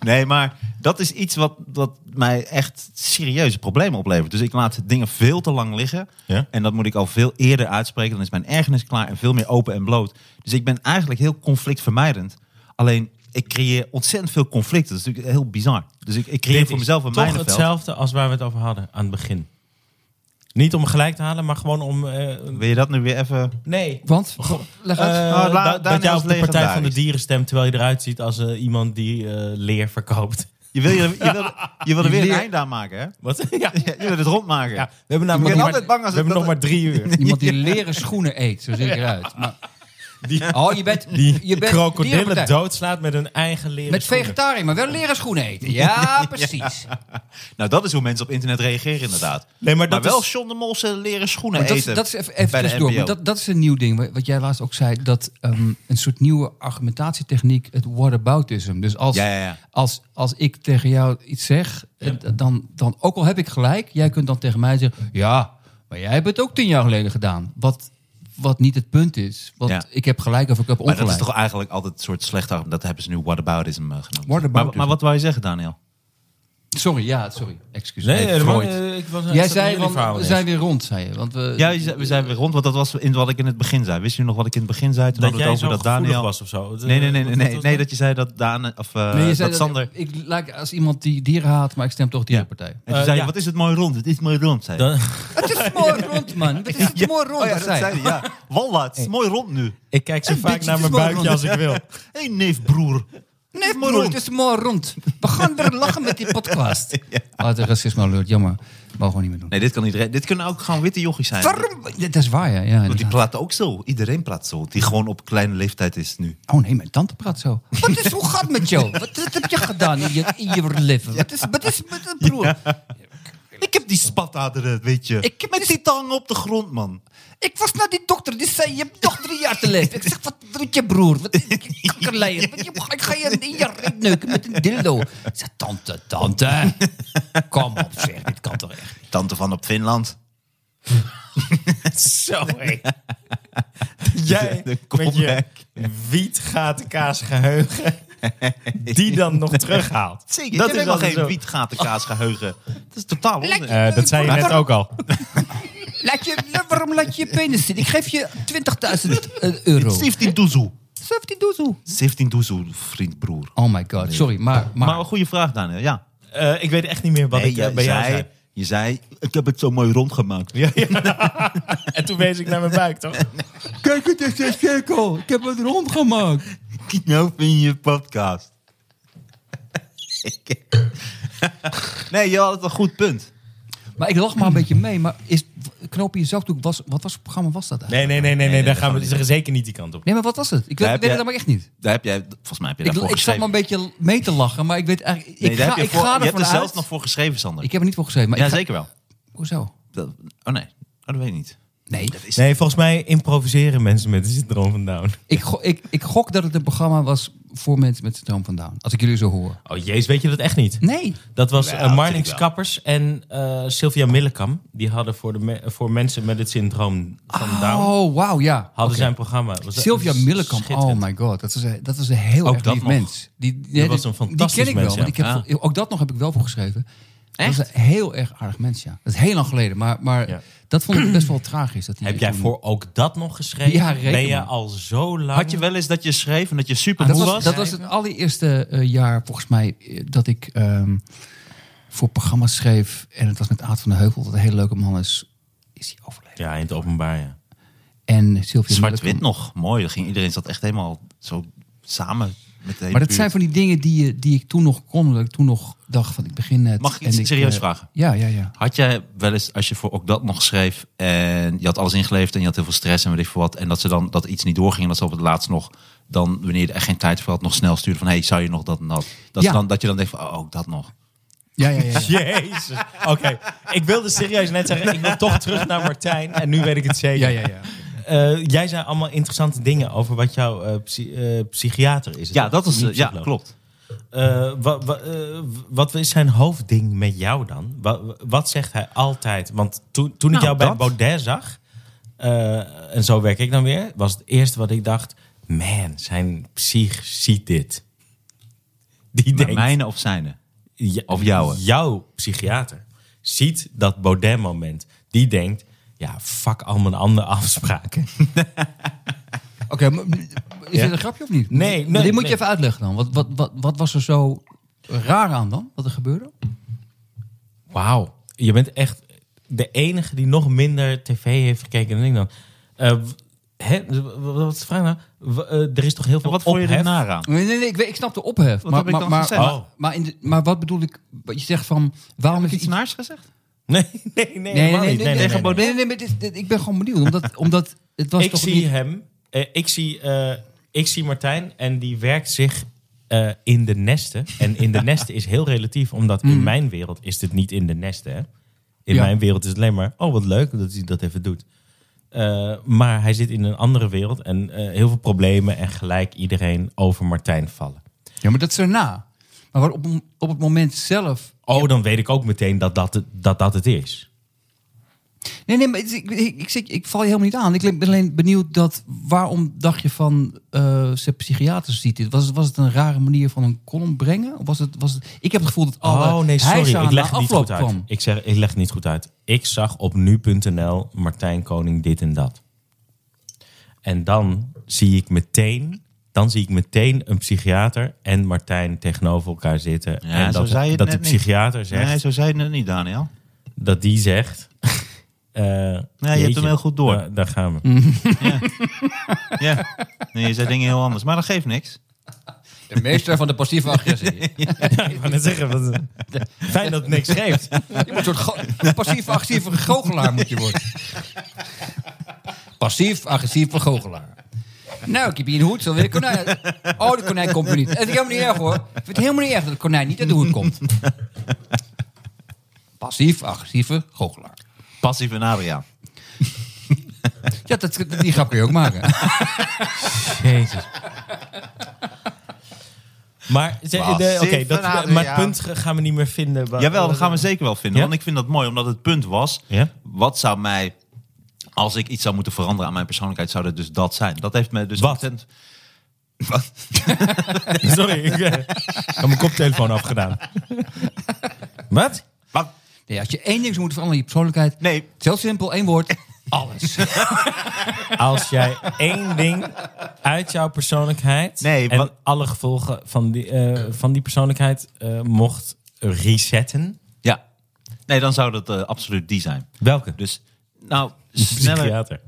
Speaker 3: Nee, maar dat is iets wat, wat mij echt serieuze problemen oplevert. Dus ik laat dingen veel te lang liggen.
Speaker 4: Ja.
Speaker 3: En dat moet ik al veel eerder uitspreken. Dan is mijn ergernis klaar en veel meer open en bloot. Dus ik ben eigenlijk heel conflictvermijdend. Alleen ik creëer ontzettend veel conflicten. Dat is natuurlijk heel bizar. Dus ik, ik creëer voor mezelf een
Speaker 4: toch
Speaker 3: mijnenveld.
Speaker 4: hetzelfde als waar we het over hadden aan het begin. Niet om gelijk te halen, maar gewoon om... eh,
Speaker 3: Wil je dat nu weer even...
Speaker 4: nee.
Speaker 2: Want, leg
Speaker 4: Eh,
Speaker 2: uit.
Speaker 3: Nou, Da-
Speaker 4: dat- dat
Speaker 3: Daniel
Speaker 4: jij
Speaker 3: is
Speaker 4: op de Partij van de
Speaker 3: legendarisch.
Speaker 4: Dieren stemt, terwijl je eruit ziet als eh, iemand die eh, leer verkoopt. [LAUGHS]
Speaker 3: Je wil, je, je wil, je wil er
Speaker 2: Je
Speaker 3: weer een
Speaker 2: leert-
Speaker 3: einde aan maken, hè?
Speaker 4: Wat?
Speaker 3: [LAUGHS]
Speaker 4: Ja.
Speaker 3: Je wil het rondmaken.
Speaker 4: Ja, we hebben namelijk
Speaker 3: Ik ben
Speaker 4: nog
Speaker 3: altijd
Speaker 4: maar,
Speaker 3: bang als
Speaker 4: we hebben nog
Speaker 3: het-
Speaker 4: maar drie uur.
Speaker 2: Iemand
Speaker 3: [LAUGHS]
Speaker 2: die leren schoenen eet, zo zie ik eruit. Maar, oh, je bent,
Speaker 4: Die
Speaker 2: je bent
Speaker 4: [LAUGHS] krokodillen
Speaker 2: dierenpartij.
Speaker 4: doodslaat met hun eigen leren
Speaker 2: Met
Speaker 4: schoenen.
Speaker 2: vegetariër, maar wel leren schoenen eten.
Speaker 3: [LAUGHS]
Speaker 2: Ja, precies.
Speaker 3: Nou, dat is hoe mensen op internet reageren, inderdaad.
Speaker 4: Nee, maar dat
Speaker 3: wel
Speaker 4: is-
Speaker 3: John de Mol zijn leren schoenen
Speaker 2: Maar dat, is-
Speaker 3: eten.
Speaker 2: dat is even, even
Speaker 3: bij de
Speaker 2: tussendoor.
Speaker 3: NPO.
Speaker 2: want dat, dat is een nieuw ding. wa- Wat jij laatst ook zei, dat ehm, een soort nieuwe argumentatietechniek, het whataboutism. Dus als,
Speaker 3: Ja, ja, ja.
Speaker 2: Als, als ik tegen jou iets zeg, eh, dan, dan, ook al heb ik gelijk, jij kunt dan tegen mij zeggen, ja, maar jij hebt het ook tien jaar geleden gedaan. Wat, wat niet het punt is. Want
Speaker 3: Ja.
Speaker 2: ik heb gelijk of ik heb
Speaker 3: Maar
Speaker 2: ongelijk.
Speaker 3: dat is toch eigenlijk altijd een soort slecht argument. Dat hebben ze nu whataboutism eh, genoemd.
Speaker 2: Whataboutism.
Speaker 3: Maar, maar wat wou je zeggen, Daniel?
Speaker 2: Sorry, ja, sorry. Excuus.
Speaker 4: Nee,
Speaker 3: Heet
Speaker 4: helemaal,
Speaker 3: Freud.
Speaker 4: eh, ik was
Speaker 2: Jij
Speaker 4: ik zat
Speaker 2: zei,
Speaker 4: in jullie
Speaker 2: want
Speaker 4: verhaal
Speaker 2: we
Speaker 4: ineens.
Speaker 2: zijn weer rond, zei je. Want we,
Speaker 3: Ja, je zei- we zijn weer rond, want dat was in wat ik in het begin zei. Wist je nog wat ik in het begin zei? Toen
Speaker 4: dat
Speaker 3: hadden
Speaker 4: jij
Speaker 3: we het
Speaker 4: zo
Speaker 3: over dat
Speaker 4: gevoelig
Speaker 3: Daniel...
Speaker 4: was of zo.
Speaker 3: Nee, nee, nee, nee,
Speaker 4: Wat
Speaker 3: nee,
Speaker 4: was
Speaker 3: nee,
Speaker 4: dat?
Speaker 3: dat je zei dat Daan... Of eh,
Speaker 2: nee, je zei
Speaker 3: dat
Speaker 2: dat
Speaker 3: Sander...
Speaker 2: ik lijk als iemand die dieren haat, maar ik stem toch dierenpartij.
Speaker 3: En toen
Speaker 4: Eh,
Speaker 3: zei je,
Speaker 4: ja.
Speaker 3: wat is het mooi rond? Het is mooi rond, zei je.
Speaker 4: Dan-
Speaker 2: Het is mooi rond, man. Het is
Speaker 3: [LAUGHS] Ja.
Speaker 2: mooi rond,
Speaker 3: Oh ja,
Speaker 2: dat
Speaker 3: dat
Speaker 2: zei
Speaker 3: zei hij, ja. Walla, het is mooi rond nu.
Speaker 4: Ik kijk zo
Speaker 3: Een
Speaker 4: vaak
Speaker 3: beetje
Speaker 4: naar
Speaker 3: te
Speaker 4: mijn
Speaker 3: smal
Speaker 4: buikje
Speaker 3: rond.
Speaker 4: als ik
Speaker 3: [LAUGHS]
Speaker 4: wil.
Speaker 3: Hé, neef, broer.
Speaker 2: Nee, broer, het is mooi rond. We gaan weer lachen met die
Speaker 3: [LAUGHS]
Speaker 2: podcast. Ah, de racisme alert, jammer. Mogen we niet meer doen.
Speaker 3: Nee, dit kan iedereen. Dit kunnen ook gewoon witte jochies zijn.
Speaker 2: Waarom? Ja, Dat is waar, ja. ja
Speaker 3: Want die
Speaker 2: inderdaad.
Speaker 3: praten ook zo. Iedereen praat zo. Die gewoon op kleine leeftijd is nu.
Speaker 2: Oh nee, mijn tante praat zo. Wat is, hoe gaat het met jou? Wat, wat heb je gedaan in je, in je leven? Wat is, wat is met een broer?
Speaker 3: Ik heb die spataderen, weet je.
Speaker 2: Ik heb
Speaker 3: Met die tang op de grond, man.
Speaker 2: Ik was naar die dokter, die zei, je hebt nog drie jaar te leven. Ik zeg, wat doet je broer? Wat kakkerleier. Wat- je- Ik ga je in je reet neuken met een dildo. Ik zeg, tante, tante. Kom op, zeg, dit kan toch echt.
Speaker 3: Tante van op Finland.
Speaker 4: Zo, hé. [LAUGHS] Jij
Speaker 3: De
Speaker 4: met je
Speaker 3: comeback.
Speaker 4: wietgatenkaas geheugen, die dan nog terughaalt.
Speaker 3: Zeker. Dat is helemaal
Speaker 4: altijd
Speaker 3: geen
Speaker 4: zo.
Speaker 2: [LAUGHS]
Speaker 3: wietgatenkaasgeheugen. Dat is totaal onzin.
Speaker 5: Lekker.
Speaker 4: Eh, dat zei je net ook al.
Speaker 2: Laat je, waarom laat je je penis zitten? Ik geef je 20.000 eh, euro.
Speaker 3: 17 doezoe.
Speaker 2: 17 doezoe.
Speaker 3: 17 doezoe, vriend, broer.
Speaker 2: Oh my god, sorry, maar... maar,
Speaker 3: Maar een goede vraag, Daniel. Ja.
Speaker 4: Eh, ik weet echt niet meer wat
Speaker 3: Nee,
Speaker 4: ik eh, bij jou zei.
Speaker 3: je zei, ik heb het zo mooi rondgemaakt. [LAUGHS]
Speaker 4: [LAUGHS] En toen wees ik naar mijn buik, toch?
Speaker 2: Kijk, het is een cirkel. Ik heb het rondgemaakt.
Speaker 3: Knoop in nou je [LAUGHS] podcast. [LAUGHS] nee, je had een goed punt.
Speaker 2: Maar ik lach maar een beetje mee. Maar is knoop in je zakdoek was... Wat was het programma was dat eigenlijk?
Speaker 4: Nee, nee, nee, nee,
Speaker 3: nee,
Speaker 4: nee daar
Speaker 3: dat
Speaker 4: gaan
Speaker 3: gaan
Speaker 4: we
Speaker 3: we
Speaker 4: zeggen zeker niet die kant op.
Speaker 2: Nee, maar wat was het? Ik weet,
Speaker 3: heb
Speaker 2: weet het
Speaker 3: jij-
Speaker 2: namelijk echt niet.
Speaker 3: Daar heb jij, volgens mij heb je
Speaker 2: Ik,
Speaker 3: daarvoor
Speaker 2: ik zat maar
Speaker 3: geschreven.
Speaker 2: een beetje mee te lachen, maar ik weet eigenlijk... Ik
Speaker 3: nee, daar
Speaker 2: ga,
Speaker 3: heb
Speaker 2: ik
Speaker 3: je, voor,
Speaker 2: ga
Speaker 3: je hebt
Speaker 2: ervan
Speaker 3: er zelf
Speaker 2: uit-
Speaker 3: nog voor geschreven, Sander.
Speaker 2: Ik heb er niet voor geschreven, maar
Speaker 3: ja,
Speaker 2: ik ga-
Speaker 3: zeker wel.
Speaker 2: Hoezo?
Speaker 3: Dat, oh nee, oh, dat weet ik niet.
Speaker 2: Nee,
Speaker 4: Nee, volgens mij improviseren mensen met de syndroom van Down.
Speaker 2: ik, go- ik, ik gok dat het een programma was voor mensen met syndroom van Down. Als ik jullie zo hoor.
Speaker 4: Oh jeez, weet je dat echt niet?
Speaker 2: Nee.
Speaker 4: Dat was
Speaker 3: Ja,
Speaker 4: eh,
Speaker 3: natuurlijk
Speaker 4: Marnix
Speaker 3: wel.
Speaker 4: Kappers en eh, Sylvia Millekam. Die hadden voor, de me- voor mensen met het syndroom van Down...
Speaker 2: Oh, wauw, ja.
Speaker 4: hadden zijn programma. Was Nou. dat-
Speaker 2: Sylvia Millekamp,
Speaker 4: schitterend.
Speaker 2: oh my god, dat was een, dat was een heel
Speaker 3: Ook
Speaker 2: erg
Speaker 3: dat
Speaker 2: lief
Speaker 3: nog.
Speaker 2: mens. Die, die-
Speaker 4: Dat was een
Speaker 2: die- Die
Speaker 4: fantastisch
Speaker 2: ken ik wel,
Speaker 4: mens,
Speaker 2: want ik
Speaker 4: ja. Ah.
Speaker 2: heb, ook dat nog heb ik wel voor geschreven. Dat was een heel erg aardig mens, ja. Dat is heel lang geleden, maar, maar
Speaker 4: Ja.
Speaker 2: dat vond ik best wel tragisch. Dat hij
Speaker 4: Heb jij
Speaker 2: toen- eh,
Speaker 4: voor ook dat nog geschreven?
Speaker 2: Ja, reken
Speaker 4: ben je
Speaker 2: maar.
Speaker 4: al zo lang...
Speaker 3: Had je wel eens dat je schreef en dat je super
Speaker 2: Ah, Dat
Speaker 3: moe
Speaker 2: Ah, was, dat was het allereerste eh, jaar, volgens mij, eh, dat ik ehm, voor programma's schreef. En het was met Aad van de Heuvel, dat een hele leuke man is. Is hij overleden?
Speaker 4: Ja, in het openbaar, ja.
Speaker 2: En Sylvia
Speaker 3: Zwart-wit
Speaker 2: Millekamp.
Speaker 3: nog, mooi. Dat ging, iedereen zat echt helemaal zo samen met de hele
Speaker 2: Maar dat
Speaker 3: buurt.
Speaker 2: zijn van die dingen die, je- die ik toen nog kon. Dat ik toen nog dacht van, ik begin net.
Speaker 3: Mag ik iets
Speaker 2: en
Speaker 3: serieus
Speaker 2: eh,
Speaker 3: vragen?
Speaker 2: Ja, ja, ja.
Speaker 3: Had jij wel eens, als je voor ook dat nog schreef en je had alles ingeleverd en je had heel veel stress en weet ik veel wat, en dat ze dan dat iets niet doorging en dat ze op het laatst nog dan, wanneer je er echt geen tijd voor had, nog snel sturen van hey, zou je nog dat en dat? Dat,
Speaker 2: Ja.
Speaker 3: ze dan, dat je dan denkt van oh, ook dat nog.
Speaker 2: Ja, ja,
Speaker 3: [LAUGHS]
Speaker 2: ja. ja.
Speaker 4: Jezus. [LAUGHS] Oké, ik wilde serieus net zeggen, ik wil toch terug naar Martijn. En nu weet ik het
Speaker 2: Ja,
Speaker 4: zeker.
Speaker 2: ja, ja.
Speaker 4: Eh, jij zei allemaal interessante dingen over wat jouw eh, psy- eh, psychiater is.
Speaker 3: Ja, dat
Speaker 4: is
Speaker 3: is, ja, klopt.
Speaker 4: wat, eh, wat is zijn hoofdding met jou dan? Wa- Wat, zegt hij altijd? Want toen, toen ik
Speaker 3: Nou,
Speaker 4: jou
Speaker 3: dat.
Speaker 4: bij Baudet zag, eh, en zo werk ik dan weer, was het eerste wat ik dacht: man, zijn psych ziet dit. Die
Speaker 3: Maar
Speaker 4: denkt,
Speaker 3: mijne of zijne?
Speaker 4: Ja-
Speaker 3: Of jouwe?
Speaker 4: Jouw psychiater ziet dat Baudet-moment. Die denkt, ja, fuck al mijn andere [LAUGHS] afspraken.
Speaker 2: Oké, maar is dit een grapje of niet?
Speaker 4: Nee,
Speaker 2: Maar
Speaker 4: nee,
Speaker 2: Dit moet
Speaker 4: nee.
Speaker 2: je even uitleggen dan. Wat, wat, wat, wat was er zo raar aan dan, wat er gebeurde?
Speaker 4: Wauw. Je bent echt de enige die nog minder tv heeft gekeken dan ik dan. Eh, w- hè? W- w- Wat is de vraag nou? W- eh, er is toch heel
Speaker 3: En
Speaker 4: veel
Speaker 3: wat vond je
Speaker 4: ophef?
Speaker 3: er naar aan?
Speaker 2: Nee, nee, nee ik, weet, ik snap de ophef. maar,
Speaker 3: heb ik
Speaker 2: maar,
Speaker 3: dan
Speaker 2: maar,
Speaker 3: gezegd?
Speaker 2: maar-
Speaker 4: Oh.
Speaker 2: maar, in de- maar wat bedoel ik? Wat je zegt van, waarom is
Speaker 3: Iets
Speaker 2: iets...
Speaker 3: naars gezegd?
Speaker 4: [LAUGHS] Nee, nee, nee.
Speaker 2: Nee, nee,
Speaker 4: helemaal
Speaker 2: nee,
Speaker 4: niet.
Speaker 2: nee, nee, nee, nee, nee, maar dit- dit- ik ben gewoon benieuwd. Omdat, [LAUGHS] omdat het was
Speaker 4: ik
Speaker 2: toch
Speaker 4: zie
Speaker 2: niet...
Speaker 4: hem. eh, ik, zie, eh, ik zie Martijn en die werkt zich eh, in de nesten. En
Speaker 2: [LAUGHS]
Speaker 4: in de nesten is heel relatief, omdat in mijn wereld is dit niet in de nesten. Hè? In
Speaker 2: Mm. Ja.
Speaker 4: mijn wereld is het alleen maar, oh wat leuk dat hij dat even doet. Eh, maar hij zit in een andere wereld en eh, heel veel problemen en gelijk iedereen over Martijn vallen.
Speaker 2: Ja, maar dat is erna. Maar waar- op, op het moment zelf...
Speaker 4: Oh, dan weet ik ook meteen dat dat, het- dat, dat het is.
Speaker 2: Nee, nee, maar het is- ik, ik, ik, zit- ik val je helemaal niet aan. Ik ben alleen benieuwd dat waarom dacht je van eh ze psychiaters ziet dit? Was, het- was het een rare manier van een column brengen? Of was het, was het, ik heb het gevoel dat alle
Speaker 4: Oh nee, sorry.
Speaker 2: hijsa
Speaker 4: Ik leg
Speaker 2: na
Speaker 4: het niet
Speaker 2: afloop
Speaker 4: goed uit.
Speaker 2: kwam.
Speaker 4: Ik, zeg, ik leg het niet goed uit. Ik zag op nu.nl Martijn Koning dit en dat. En dan zie ik meteen, dan zie ik meteen een psychiater en Martijn tegenover elkaar zitten.
Speaker 3: Ja,
Speaker 4: en
Speaker 3: zo
Speaker 4: dat,
Speaker 3: zei je het
Speaker 4: dat
Speaker 3: net
Speaker 4: de
Speaker 3: niet.
Speaker 4: psychiater zegt,
Speaker 3: Nee, zo zei je het niet, Daniel.
Speaker 4: dat die zegt. [LAUGHS] eh,
Speaker 3: hebt
Speaker 4: jeetje,
Speaker 3: hem heel goed door. Mm.
Speaker 4: Daar, daar gaan we.
Speaker 3: Ja. Nee, je zei dingen heel anders. Maar dat geeft niks.
Speaker 2: De meester van de passieve [LAUGHS] agressie. Je
Speaker 4: [LAUGHS] ik wou net zeggen, wat-
Speaker 3: [LAUGHS]
Speaker 4: fijn dat het niks geeft.
Speaker 2: moet een soort go- passief-agressieve goochelaar moet je worden. Passief-agressieve goochelaar. Nou, ik heb hier een hoed, zo weer een konijn. Oh, de konijn komt nu niet. Het is helemaal niet erg hoor. Ik vind het helemaal niet erg dat de konijn niet uit de hoed komt. Passief-agressieve goochelaar.
Speaker 3: Passief en Adriaan.
Speaker 2: Ja, dat, die grap kun je ook maken.
Speaker 4: Jezus. Maar, ze-
Speaker 3: Wow.
Speaker 4: de- oké,
Speaker 3: Zeven
Speaker 4: dat,
Speaker 3: raden,
Speaker 4: maar
Speaker 3: ja.
Speaker 4: het punt ge- gaan we niet meer vinden. Wa-
Speaker 3: Jawel,
Speaker 4: [LAUGHS]
Speaker 3: dat gaan we zeker wel vinden.
Speaker 4: Ja?
Speaker 3: Want ik vind dat mooi, omdat het punt was...
Speaker 4: Ja?
Speaker 3: wat zou mij... als ik iets zou moeten veranderen aan mijn persoonlijkheid... zou dat dus dat zijn. Dat heeft me dus...
Speaker 4: Wat?
Speaker 3: ontzettend-
Speaker 4: Sorry, ik eh, heb mijn koptelefoon afgedaan. Wat?
Speaker 3: Wat?
Speaker 2: Nee, als je één ding zou moeten veranderen in je persoonlijkheid.
Speaker 3: Nee.
Speaker 2: Het is heel simpel, één woord. Alles.
Speaker 4: Als jij één ding uit jouw persoonlijkheid
Speaker 3: Nee,
Speaker 4: en
Speaker 3: wat-
Speaker 4: alle gevolgen van die, eh, van die persoonlijkheid eh, mocht resetten,
Speaker 3: Ja. Nee, dan zou dat eh, absoluut die zijn.
Speaker 4: welke? De
Speaker 3: Dus, nou, sneller...
Speaker 4: psychiater.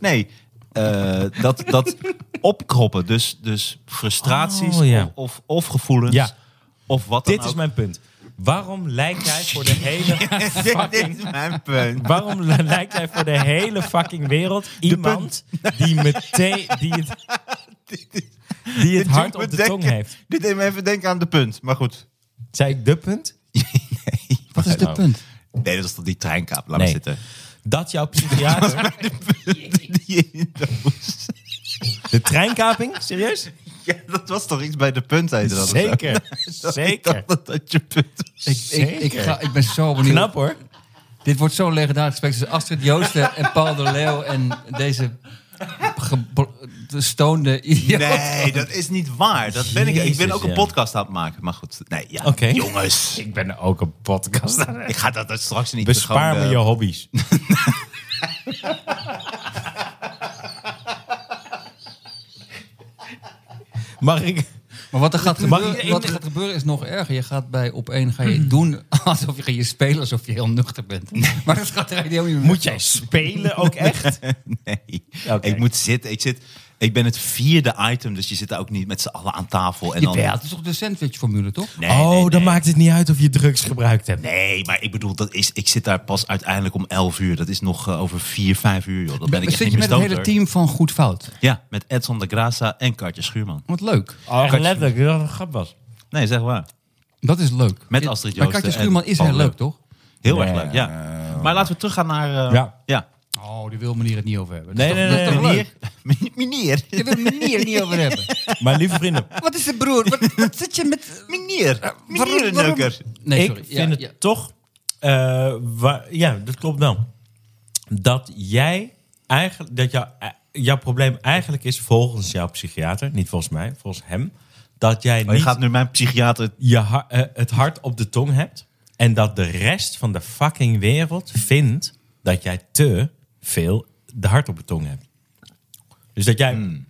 Speaker 3: Nee, eh, dat, dat opkroppen. Dus, dus frustraties
Speaker 4: Oh, ja.
Speaker 3: of, of, of gevoelens.
Speaker 4: Ja.
Speaker 3: Of wat dan
Speaker 4: Dit is
Speaker 3: ook. [LAUGHS]
Speaker 4: mijn punt. Waarom lijkt jij voor [LAUGHS] de hele
Speaker 3: Dit is mijn punt.
Speaker 4: Waarom [LAUGHS] li- lijkt hij voor de hele fucking wereld iemand die meteen die het, die het
Speaker 3: Dit
Speaker 4: hart
Speaker 3: doet
Speaker 4: op
Speaker 3: me
Speaker 4: de
Speaker 3: denken-
Speaker 4: tong heeft?
Speaker 3: Dit deed me even denken aan de punt. Maar goed.
Speaker 4: Zei ik de punt?
Speaker 2: Wat is dit
Speaker 4: Nou.
Speaker 2: punt?
Speaker 3: Nee, dat is toch die treinkaap. Laat
Speaker 4: Nee.
Speaker 3: me zitten. [LAUGHS]
Speaker 4: Dat jouw psychiater.
Speaker 3: Die [LAUGHS] in de hoes.
Speaker 4: De treinkaping? Serieus?
Speaker 3: Ja, dat was toch iets bij de punt, heette dat of zo?
Speaker 4: Zeker.
Speaker 3: [LAUGHS] Ik
Speaker 4: Zeker.
Speaker 3: dacht dat dat je punt was.
Speaker 2: Ik, ik, ik, ga, ik ben zo benieuwd.
Speaker 4: Knap hoor.
Speaker 2: Dit wordt zo'n legendarisch gesprek tussen Astrid Joosten en Paul de Leeuw en deze gestoonde idioot.
Speaker 3: Nee, dat is niet waar. Dat ben ik. Ik ben
Speaker 4: Jezus,
Speaker 3: ook een
Speaker 4: ja.
Speaker 3: podcast aan het maken. Maar goed. Nee, ja.
Speaker 4: Oké.
Speaker 3: Jongens.
Speaker 4: Ik ben ook een podcast.
Speaker 3: Ik ga dat dat straks niet
Speaker 4: Bespaar
Speaker 3: gewoon,
Speaker 4: me
Speaker 3: eh,
Speaker 4: je
Speaker 3: [LAUGHS]
Speaker 4: hobby's. Mag ik?
Speaker 2: Maar wat er, gaat
Speaker 4: Mag
Speaker 2: gebeuren,
Speaker 4: ik-
Speaker 2: wat er gaat gebeuren is nog erger. Je gaat bij op één ga je doen alsof je gaat je spelen alsof je heel nuchter bent. Maar dat gaat er eigenlijk helemaal niet meer.
Speaker 4: Moet jij spelen ook echt?
Speaker 3: [LAUGHS] Nee.
Speaker 4: Oké.
Speaker 3: eh, Ik moet zitten. Ik, zit, ik ben het vierde item, dus je zit daar ook niet met z'n allen aan tafel. En dan,
Speaker 2: Jawel, het is toch de sandwichformule, toch?
Speaker 3: Nee,
Speaker 4: oh,
Speaker 3: nee,
Speaker 4: dan
Speaker 3: nee.
Speaker 4: maakt het niet uit of je drugs gebruikt hebt.
Speaker 3: Nee, maar ik bedoel, dat is, ik zit daar pas uiteindelijk om 11 uur. Dat is nog eh, over 4, 5 uur, joh. Dan ben ik echt
Speaker 2: Zit
Speaker 3: niet
Speaker 2: je
Speaker 3: meer
Speaker 2: met het hele
Speaker 3: stoter.
Speaker 2: team van Goed Fout?
Speaker 3: Ja, met Edson de Graça en Kartje Schuurman.
Speaker 2: Wat leuk.
Speaker 4: Oh, letterlijk, dat een grap was.
Speaker 3: Nee, zeg waar.
Speaker 2: Dat is leuk.
Speaker 3: Met Astrid
Speaker 2: Maar
Speaker 3: Joosten
Speaker 2: Katja
Speaker 3: en
Speaker 2: Schuurman is
Speaker 3: Paul
Speaker 2: heel
Speaker 3: Leeuw.
Speaker 2: leuk, toch?
Speaker 3: Heel
Speaker 4: Ja,
Speaker 3: erg leuk, ja. Maar laten we teruggaan naar... eh,
Speaker 4: Ja.
Speaker 3: ja.
Speaker 2: Oh, die wil meneer het niet over hebben.
Speaker 4: Nee, nee, nee, nee,
Speaker 2: leuk?
Speaker 3: Meneer- [LAUGHS] Meneer.
Speaker 2: Die wil meneer het niet over hebben.
Speaker 4: Maar lieve vrienden,
Speaker 2: Wat is het, broer? [LAUGHS] Wat, wat zit je met...
Speaker 3: Meneer.
Speaker 2: waarom-
Speaker 3: Meneer Neuker.
Speaker 2: Nee,
Speaker 4: ik
Speaker 2: sorry.
Speaker 4: vind
Speaker 2: Ja,
Speaker 4: het
Speaker 2: ja.
Speaker 4: toch... eh, wa- ja, dat klopt wel. Dat jij eigenlijk... Dat jou, eh, jouw probleem eigenlijk is volgens jouw psychiater... Niet volgens mij, volgens hem... Dat jij
Speaker 3: Maar Oh, je
Speaker 4: niet
Speaker 3: gaat nu mijn psychiater...
Speaker 4: je ha- eh, het hart op de tong hebt... En dat de rest van de fucking wereld vindt... Dat jij te veel de hart op de tong hebt. Dus dat jij...
Speaker 3: Hmm.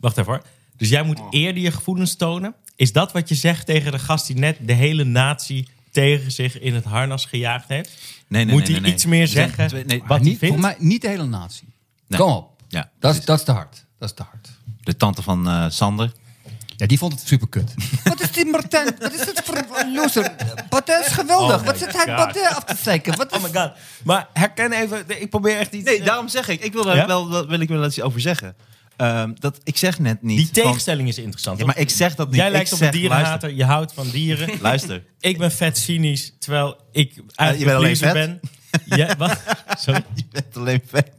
Speaker 4: Wacht even hoor. Dus jij
Speaker 3: Oh.
Speaker 4: moet eerder je gevoelens tonen. Is dat wat je zegt tegen de gast die net de hele natie tegen zich in het harnas gejaagd heeft?
Speaker 3: Nee, nee,
Speaker 4: moet
Speaker 3: nee,
Speaker 4: hij
Speaker 3: nee,
Speaker 4: iets
Speaker 3: nee.
Speaker 4: meer
Speaker 3: Er zijn
Speaker 4: zeggen?
Speaker 3: twee- nee,
Speaker 4: wat
Speaker 2: niet,
Speaker 4: hij
Speaker 2: voor
Speaker 4: vindt?
Speaker 2: mij niet de hele natie.
Speaker 3: Nee.
Speaker 2: Kom op.
Speaker 3: Ja,
Speaker 2: dat, is,
Speaker 3: precies.
Speaker 2: dat is te hard. Dat is te hard.
Speaker 3: De tante van eh, Sander.
Speaker 2: Ja, die vond het super kut.
Speaker 5: [LAUGHS] Wat is die Martijn? Wat is dit voor loser? Batin is geweldig.
Speaker 4: Oh
Speaker 5: Wat
Speaker 4: my
Speaker 5: zit
Speaker 4: God.
Speaker 5: hij Batin af te zeiken? Wat is...
Speaker 4: Oh my god. Maar herken even. Ik probeer echt iets.
Speaker 3: Nee, daarom zeg ik. Ik wil daar
Speaker 4: Ja?
Speaker 3: wel, wel- wil ik wel iets over zeggen. Ehm, dat, ik zeg net niet...
Speaker 4: die
Speaker 3: van-
Speaker 4: tegenstelling is interessant.
Speaker 3: Ja,
Speaker 4: hoor.
Speaker 3: maar ik zeg dat niet.
Speaker 4: Jij
Speaker 3: Ik
Speaker 4: lijkt op een
Speaker 3: zeg,
Speaker 4: dierenhater. Je houdt van
Speaker 3: [LAUGHS]
Speaker 4: dieren.
Speaker 3: Luister.
Speaker 4: ik ben vet cynisch, terwijl ik uit
Speaker 3: Eh, je bent alleen
Speaker 4: pleaser
Speaker 3: vet.
Speaker 4: ben. Ja,
Speaker 3: [LAUGHS]
Speaker 4: wat? Sorry.
Speaker 3: Je bent alleen [LAUGHS] vet.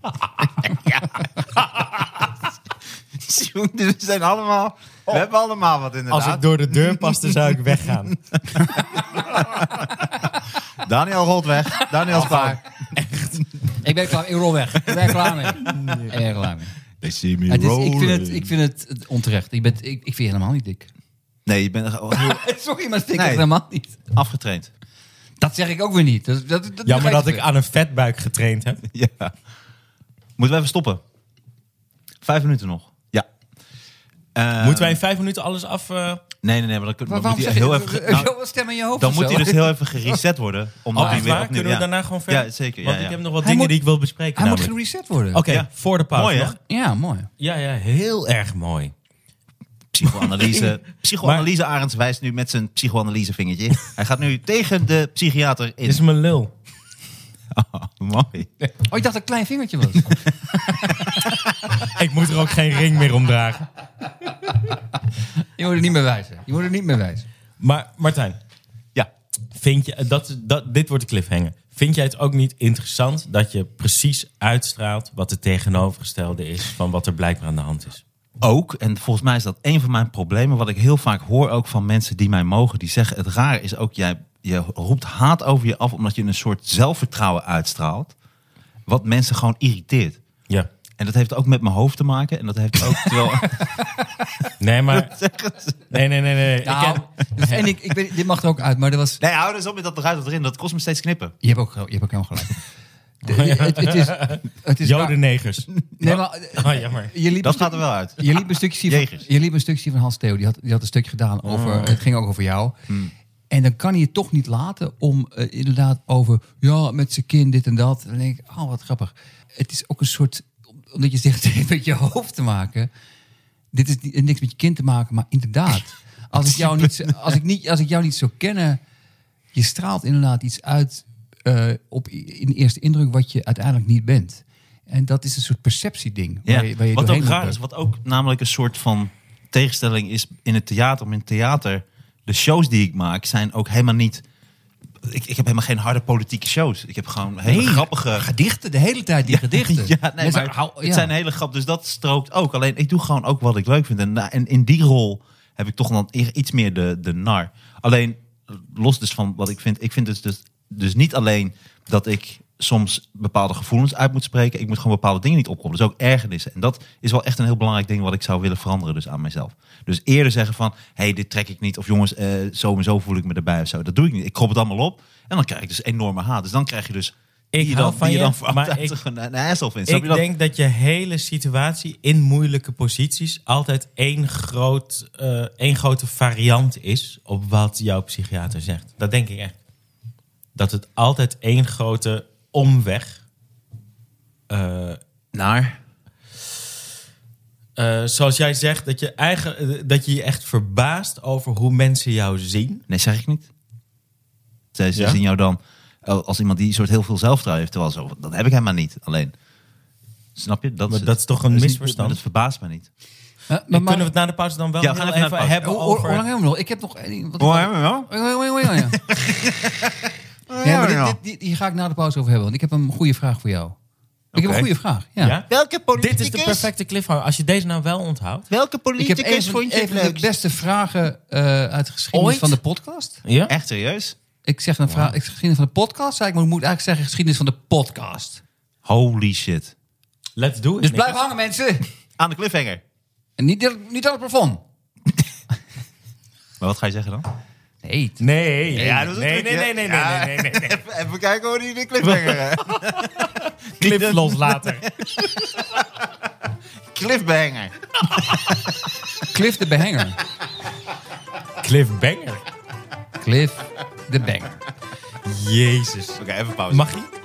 Speaker 3: [LAUGHS] Jongen, we zijn allemaal... We hebben allemaal wat
Speaker 4: Als
Speaker 3: inderdaad.
Speaker 4: ik door de deur paste, zou ik weggaan.
Speaker 3: Daniel rolt weg. Daniel is klaar.
Speaker 2: Ik ben klaar. Ik rol weg. Ik ben er klaar mee. Ik ben er klaar mee.
Speaker 3: They see me
Speaker 2: Het is, ik,
Speaker 3: rolling.
Speaker 2: vind het, ik vind het eh, onterecht. Ik, ben, ik, ik vind je helemaal niet dik. [LAUGHS]
Speaker 3: Nee, je bent gewoon heel [LAUGHS]
Speaker 2: Sorry, maar ik vind
Speaker 3: Nee.
Speaker 2: het helemaal niet.
Speaker 3: afgetraind.
Speaker 2: Dat zeg ik ook weer niet. Dat, dat, dat
Speaker 4: Jammer dat
Speaker 2: begrijp
Speaker 4: ik aan een vetbuik getraind heb.
Speaker 3: Ja. Moeten we even stoppen? Vijf minuten nog. Ja. Eh,
Speaker 4: Moeten wij in vijf minuten alles af... eh,
Speaker 3: Nee, nee, nee. Maar dan, kun-
Speaker 2: Maar
Speaker 3: dan
Speaker 2: waarom
Speaker 3: moet
Speaker 2: zeg
Speaker 3: hij
Speaker 2: je
Speaker 3: heel
Speaker 2: dat?
Speaker 3: even... ge-
Speaker 2: Eh,
Speaker 4: [LAUGHS]
Speaker 3: nou,
Speaker 2: zo'n stem in je hoofd
Speaker 3: dan
Speaker 2: of
Speaker 3: moet
Speaker 2: zo?
Speaker 3: hij dus heel even gereset worden. Omdat
Speaker 4: Oh,
Speaker 3: hij
Speaker 4: echt
Speaker 3: weer
Speaker 4: waar?
Speaker 3: opnieuw...
Speaker 4: Kunnen we
Speaker 3: ja.
Speaker 4: daarna gewoon verder?
Speaker 3: Ja, zeker. Ja,
Speaker 4: Want
Speaker 3: ja.
Speaker 4: ik heb nog wat
Speaker 2: Hij
Speaker 4: dingen
Speaker 2: moet-
Speaker 4: die ik wil bespreken
Speaker 2: Hij moet
Speaker 4: namelijk.
Speaker 2: gereset worden.
Speaker 4: Oké,
Speaker 3: Ja.
Speaker 4: voor de pauze
Speaker 3: Mooi, hè?
Speaker 4: nog.
Speaker 2: Ja, mooi.
Speaker 4: Ja, ja, heel erg mooi. [LAUGHS]
Speaker 3: Psychoanalyse. Psychoanalyse Arends wijst nu met zijn psychoanalyse vingertje. Hij gaat nu tegen de psychiater
Speaker 4: Dit
Speaker 3: in.
Speaker 4: is mijn lul.
Speaker 3: Oh, mooi.
Speaker 2: Oh, ik dacht dat het een klein vingertje was.
Speaker 4: Ik moet er ook geen ring meer om dragen.
Speaker 2: Je moet het niet meer wijzen. Je moet het niet meer wijzen.
Speaker 4: Maar Martijn,
Speaker 3: Ja.
Speaker 4: vind je, dat, dat, dit wordt de cliffhanger. Vind jij het ook niet interessant dat je precies uitstraalt wat het tegenovergestelde is van wat er blijkbaar aan de hand is?
Speaker 3: Ook, en volgens mij is dat een van mijn problemen, wat ik heel vaak hoor ook van mensen die mij mogen, die zeggen het raar is ook, jij, je roept haat over je af omdat je een soort zelfvertrouwen uitstraalt, wat mensen gewoon irriteert.
Speaker 4: Ja.
Speaker 3: En dat heeft ook met mijn hoofd te maken. En dat heeft ook. Terwijl, [LAUGHS]
Speaker 4: Nee, maar. Nee, nee, nee, nee.
Speaker 2: Nou,
Speaker 4: Ik
Speaker 2: dus- en ik, ik weet, dit mag er ook uit, maar er was...
Speaker 3: nee, hou dus op met dat eruit of erin. Dat kost me steeds knippen.
Speaker 2: Je hebt ook, gel- je hebt ook helemaal gelijk. De- het, het is... Het
Speaker 4: ken
Speaker 2: is [LAUGHS]
Speaker 4: Jodennegers.
Speaker 2: Nee, maar... eh,
Speaker 4: Oh, jammer.
Speaker 2: Je liep,
Speaker 3: Dat gaat er wel uit.
Speaker 2: je liep een stukje zien van,
Speaker 3: Jegers. Oh.
Speaker 2: je liep een stukje zien van Hans Theo. Die had, die had een stuk gedaan over... Het ging ook over jou.
Speaker 3: Hmm.
Speaker 2: En dan kan hij het toch niet laten om eh, inderdaad over... Ja, met zijn kind, dit en dat. Dan denk ik, oh, wat grappig. Het is ook een soort... Omdat je zegt, [LAUGHS] het heeft met je hoofd te maken. Dit is niet- niks met je kind te maken, maar
Speaker 3: [LAUGHS]
Speaker 2: inderdaad. Als ik jou niet, zo- als ik niet, als ik jou niet zou kennen... je straalt inderdaad iets uit eh, op, i- in eerste indruk wat je uiteindelijk niet bent. En dat is een soort perceptieding.
Speaker 3: Ja.
Speaker 2: Waar je, waar je
Speaker 3: wat ook
Speaker 2: doorheen
Speaker 3: raar
Speaker 2: moet.
Speaker 3: is, wat ook namelijk een soort van tegenstelling is in het theater. Om in het theater, de shows die ik maak, zijn ook helemaal niet. Ik, ik heb helemaal geen harde politieke shows. Ik heb gewoon hele
Speaker 2: Nee,
Speaker 3: grappige.
Speaker 2: Gedichten, de hele tijd die gedichten.
Speaker 3: Ja, [LAUGHS]
Speaker 4: Dus
Speaker 3: nee,
Speaker 2: Mensen,
Speaker 3: maar
Speaker 2: hou- ja. Eh,
Speaker 3: het zijn hele grap, dus dat strookt ook. Alleen ik doe gewoon ook wat ik leuk vind. En, na- en in die rol heb ik toch dan i- iets meer de, de nar. Alleen los dus van wat ik vind. Ik vind dus, dus, dus niet alleen dat ik soms bepaalde gevoelens uit moet spreken. Ik moet gewoon bepaalde dingen niet oproepen. Dus ook ergernissen. En dat is wel echt een heel belangrijk ding wat ik zou willen veranderen dus aan mezelf. Dus eerder zeggen van, hé, hey, dit trek ik niet. Of jongens, eh, zo en zo voel ik me erbij of zo. Dat doe ik niet. Ik krop het allemaal op. En dan krijg ik dus enorme haat. Dus dan krijg je dus...
Speaker 4: Ik
Speaker 3: die je
Speaker 4: hou
Speaker 3: dan,
Speaker 4: van
Speaker 3: die
Speaker 4: je,
Speaker 3: dan voor
Speaker 4: maar
Speaker 3: altijd
Speaker 4: ik-
Speaker 3: een, een asshole vindt. Snap je
Speaker 4: Ik
Speaker 3: dat?
Speaker 4: denk dat je hele situatie in moeilijke posities altijd één, groot, eh, één grote variant is op wat jouw psychiater zegt. Dat denk ik echt. Dat het altijd één grote omweg. eh,
Speaker 3: Naar?
Speaker 4: eh, zoals jij zegt, dat je, eigen, eh, dat je je echt verbaast over hoe mensen jou zien.
Speaker 3: Nee, zeg ik niet. Ze, ze
Speaker 4: Ja?
Speaker 3: zien jou dan eh, als iemand die soort heel veel zelfvertrouwen heeft. Terwijl zo, dat heb ik helemaal niet. Alleen, snap je? Dat,
Speaker 4: Maar
Speaker 3: het.
Speaker 4: dat is toch een
Speaker 3: niet-
Speaker 4: misverstand?
Speaker 3: Dat verbaast me niet.
Speaker 2: Huh? Maar- maar- Oh,
Speaker 4: Kunnen we het na de pauze dan wel
Speaker 3: Ja, we
Speaker 4: heel
Speaker 3: gaan
Speaker 4: even,
Speaker 3: even naar de
Speaker 4: hebben
Speaker 2: Hoe- hoe-
Speaker 4: over...
Speaker 2: Hoe lang hebben we nog? Ik heb nog één. wat-
Speaker 3: wel? nou.
Speaker 2: Oei, oei, oei, oei,
Speaker 3: [LAUGHS]
Speaker 2: oei. Nee, maar dit, dit, dit- hier ga ik na de pauze over hebben, want ik heb een goede vraag voor jou. Ik heb
Speaker 3: Oké.
Speaker 2: een goede vraag. Ja.
Speaker 4: Ja?
Speaker 3: Welke
Speaker 4: Dit
Speaker 3: politicus?
Speaker 4: is de perfecte cliffhanger. Als je deze nou wel onthoudt.
Speaker 3: Welke
Speaker 2: Ik heb
Speaker 3: politicus
Speaker 2: een van,
Speaker 3: vond je
Speaker 2: een
Speaker 3: het
Speaker 2: van de
Speaker 3: leuk?
Speaker 2: beste vragen eh, uit de geschiedenis
Speaker 4: Ooit?
Speaker 2: van de podcast.
Speaker 4: Ja?
Speaker 3: Echt serieus?
Speaker 2: Ik zeg een vraag, ik geschiedenis van de podcast, zei ik, maar ik moet eigenlijk zeggen geschiedenis van de podcast.
Speaker 3: Holy shit.
Speaker 4: Let's do it.
Speaker 2: Dus blijf
Speaker 4: Nick.
Speaker 2: hangen, mensen.
Speaker 3: Aan de cliffhanger.
Speaker 2: En niet, niet aan het plafond.
Speaker 3: Maar wat ga je zeggen dan?
Speaker 2: Nee.
Speaker 4: Nee.
Speaker 3: Ja, dat is
Speaker 4: nee,
Speaker 3: een
Speaker 4: nee,
Speaker 3: trucje.
Speaker 4: nee, nee,
Speaker 3: Ja.
Speaker 4: nee, nee, nee, nee.
Speaker 3: [LAUGHS] Even kijken hoe die de cliffhanger...
Speaker 4: Cliff los later.
Speaker 3: cliffhanger.
Speaker 2: Cliff de
Speaker 3: [LAUGHS]
Speaker 2: Behanger.
Speaker 4: Cliff Banger.
Speaker 2: Cliff de Banger.
Speaker 4: Jezus.
Speaker 3: Oké, even pauze.
Speaker 4: Mag je?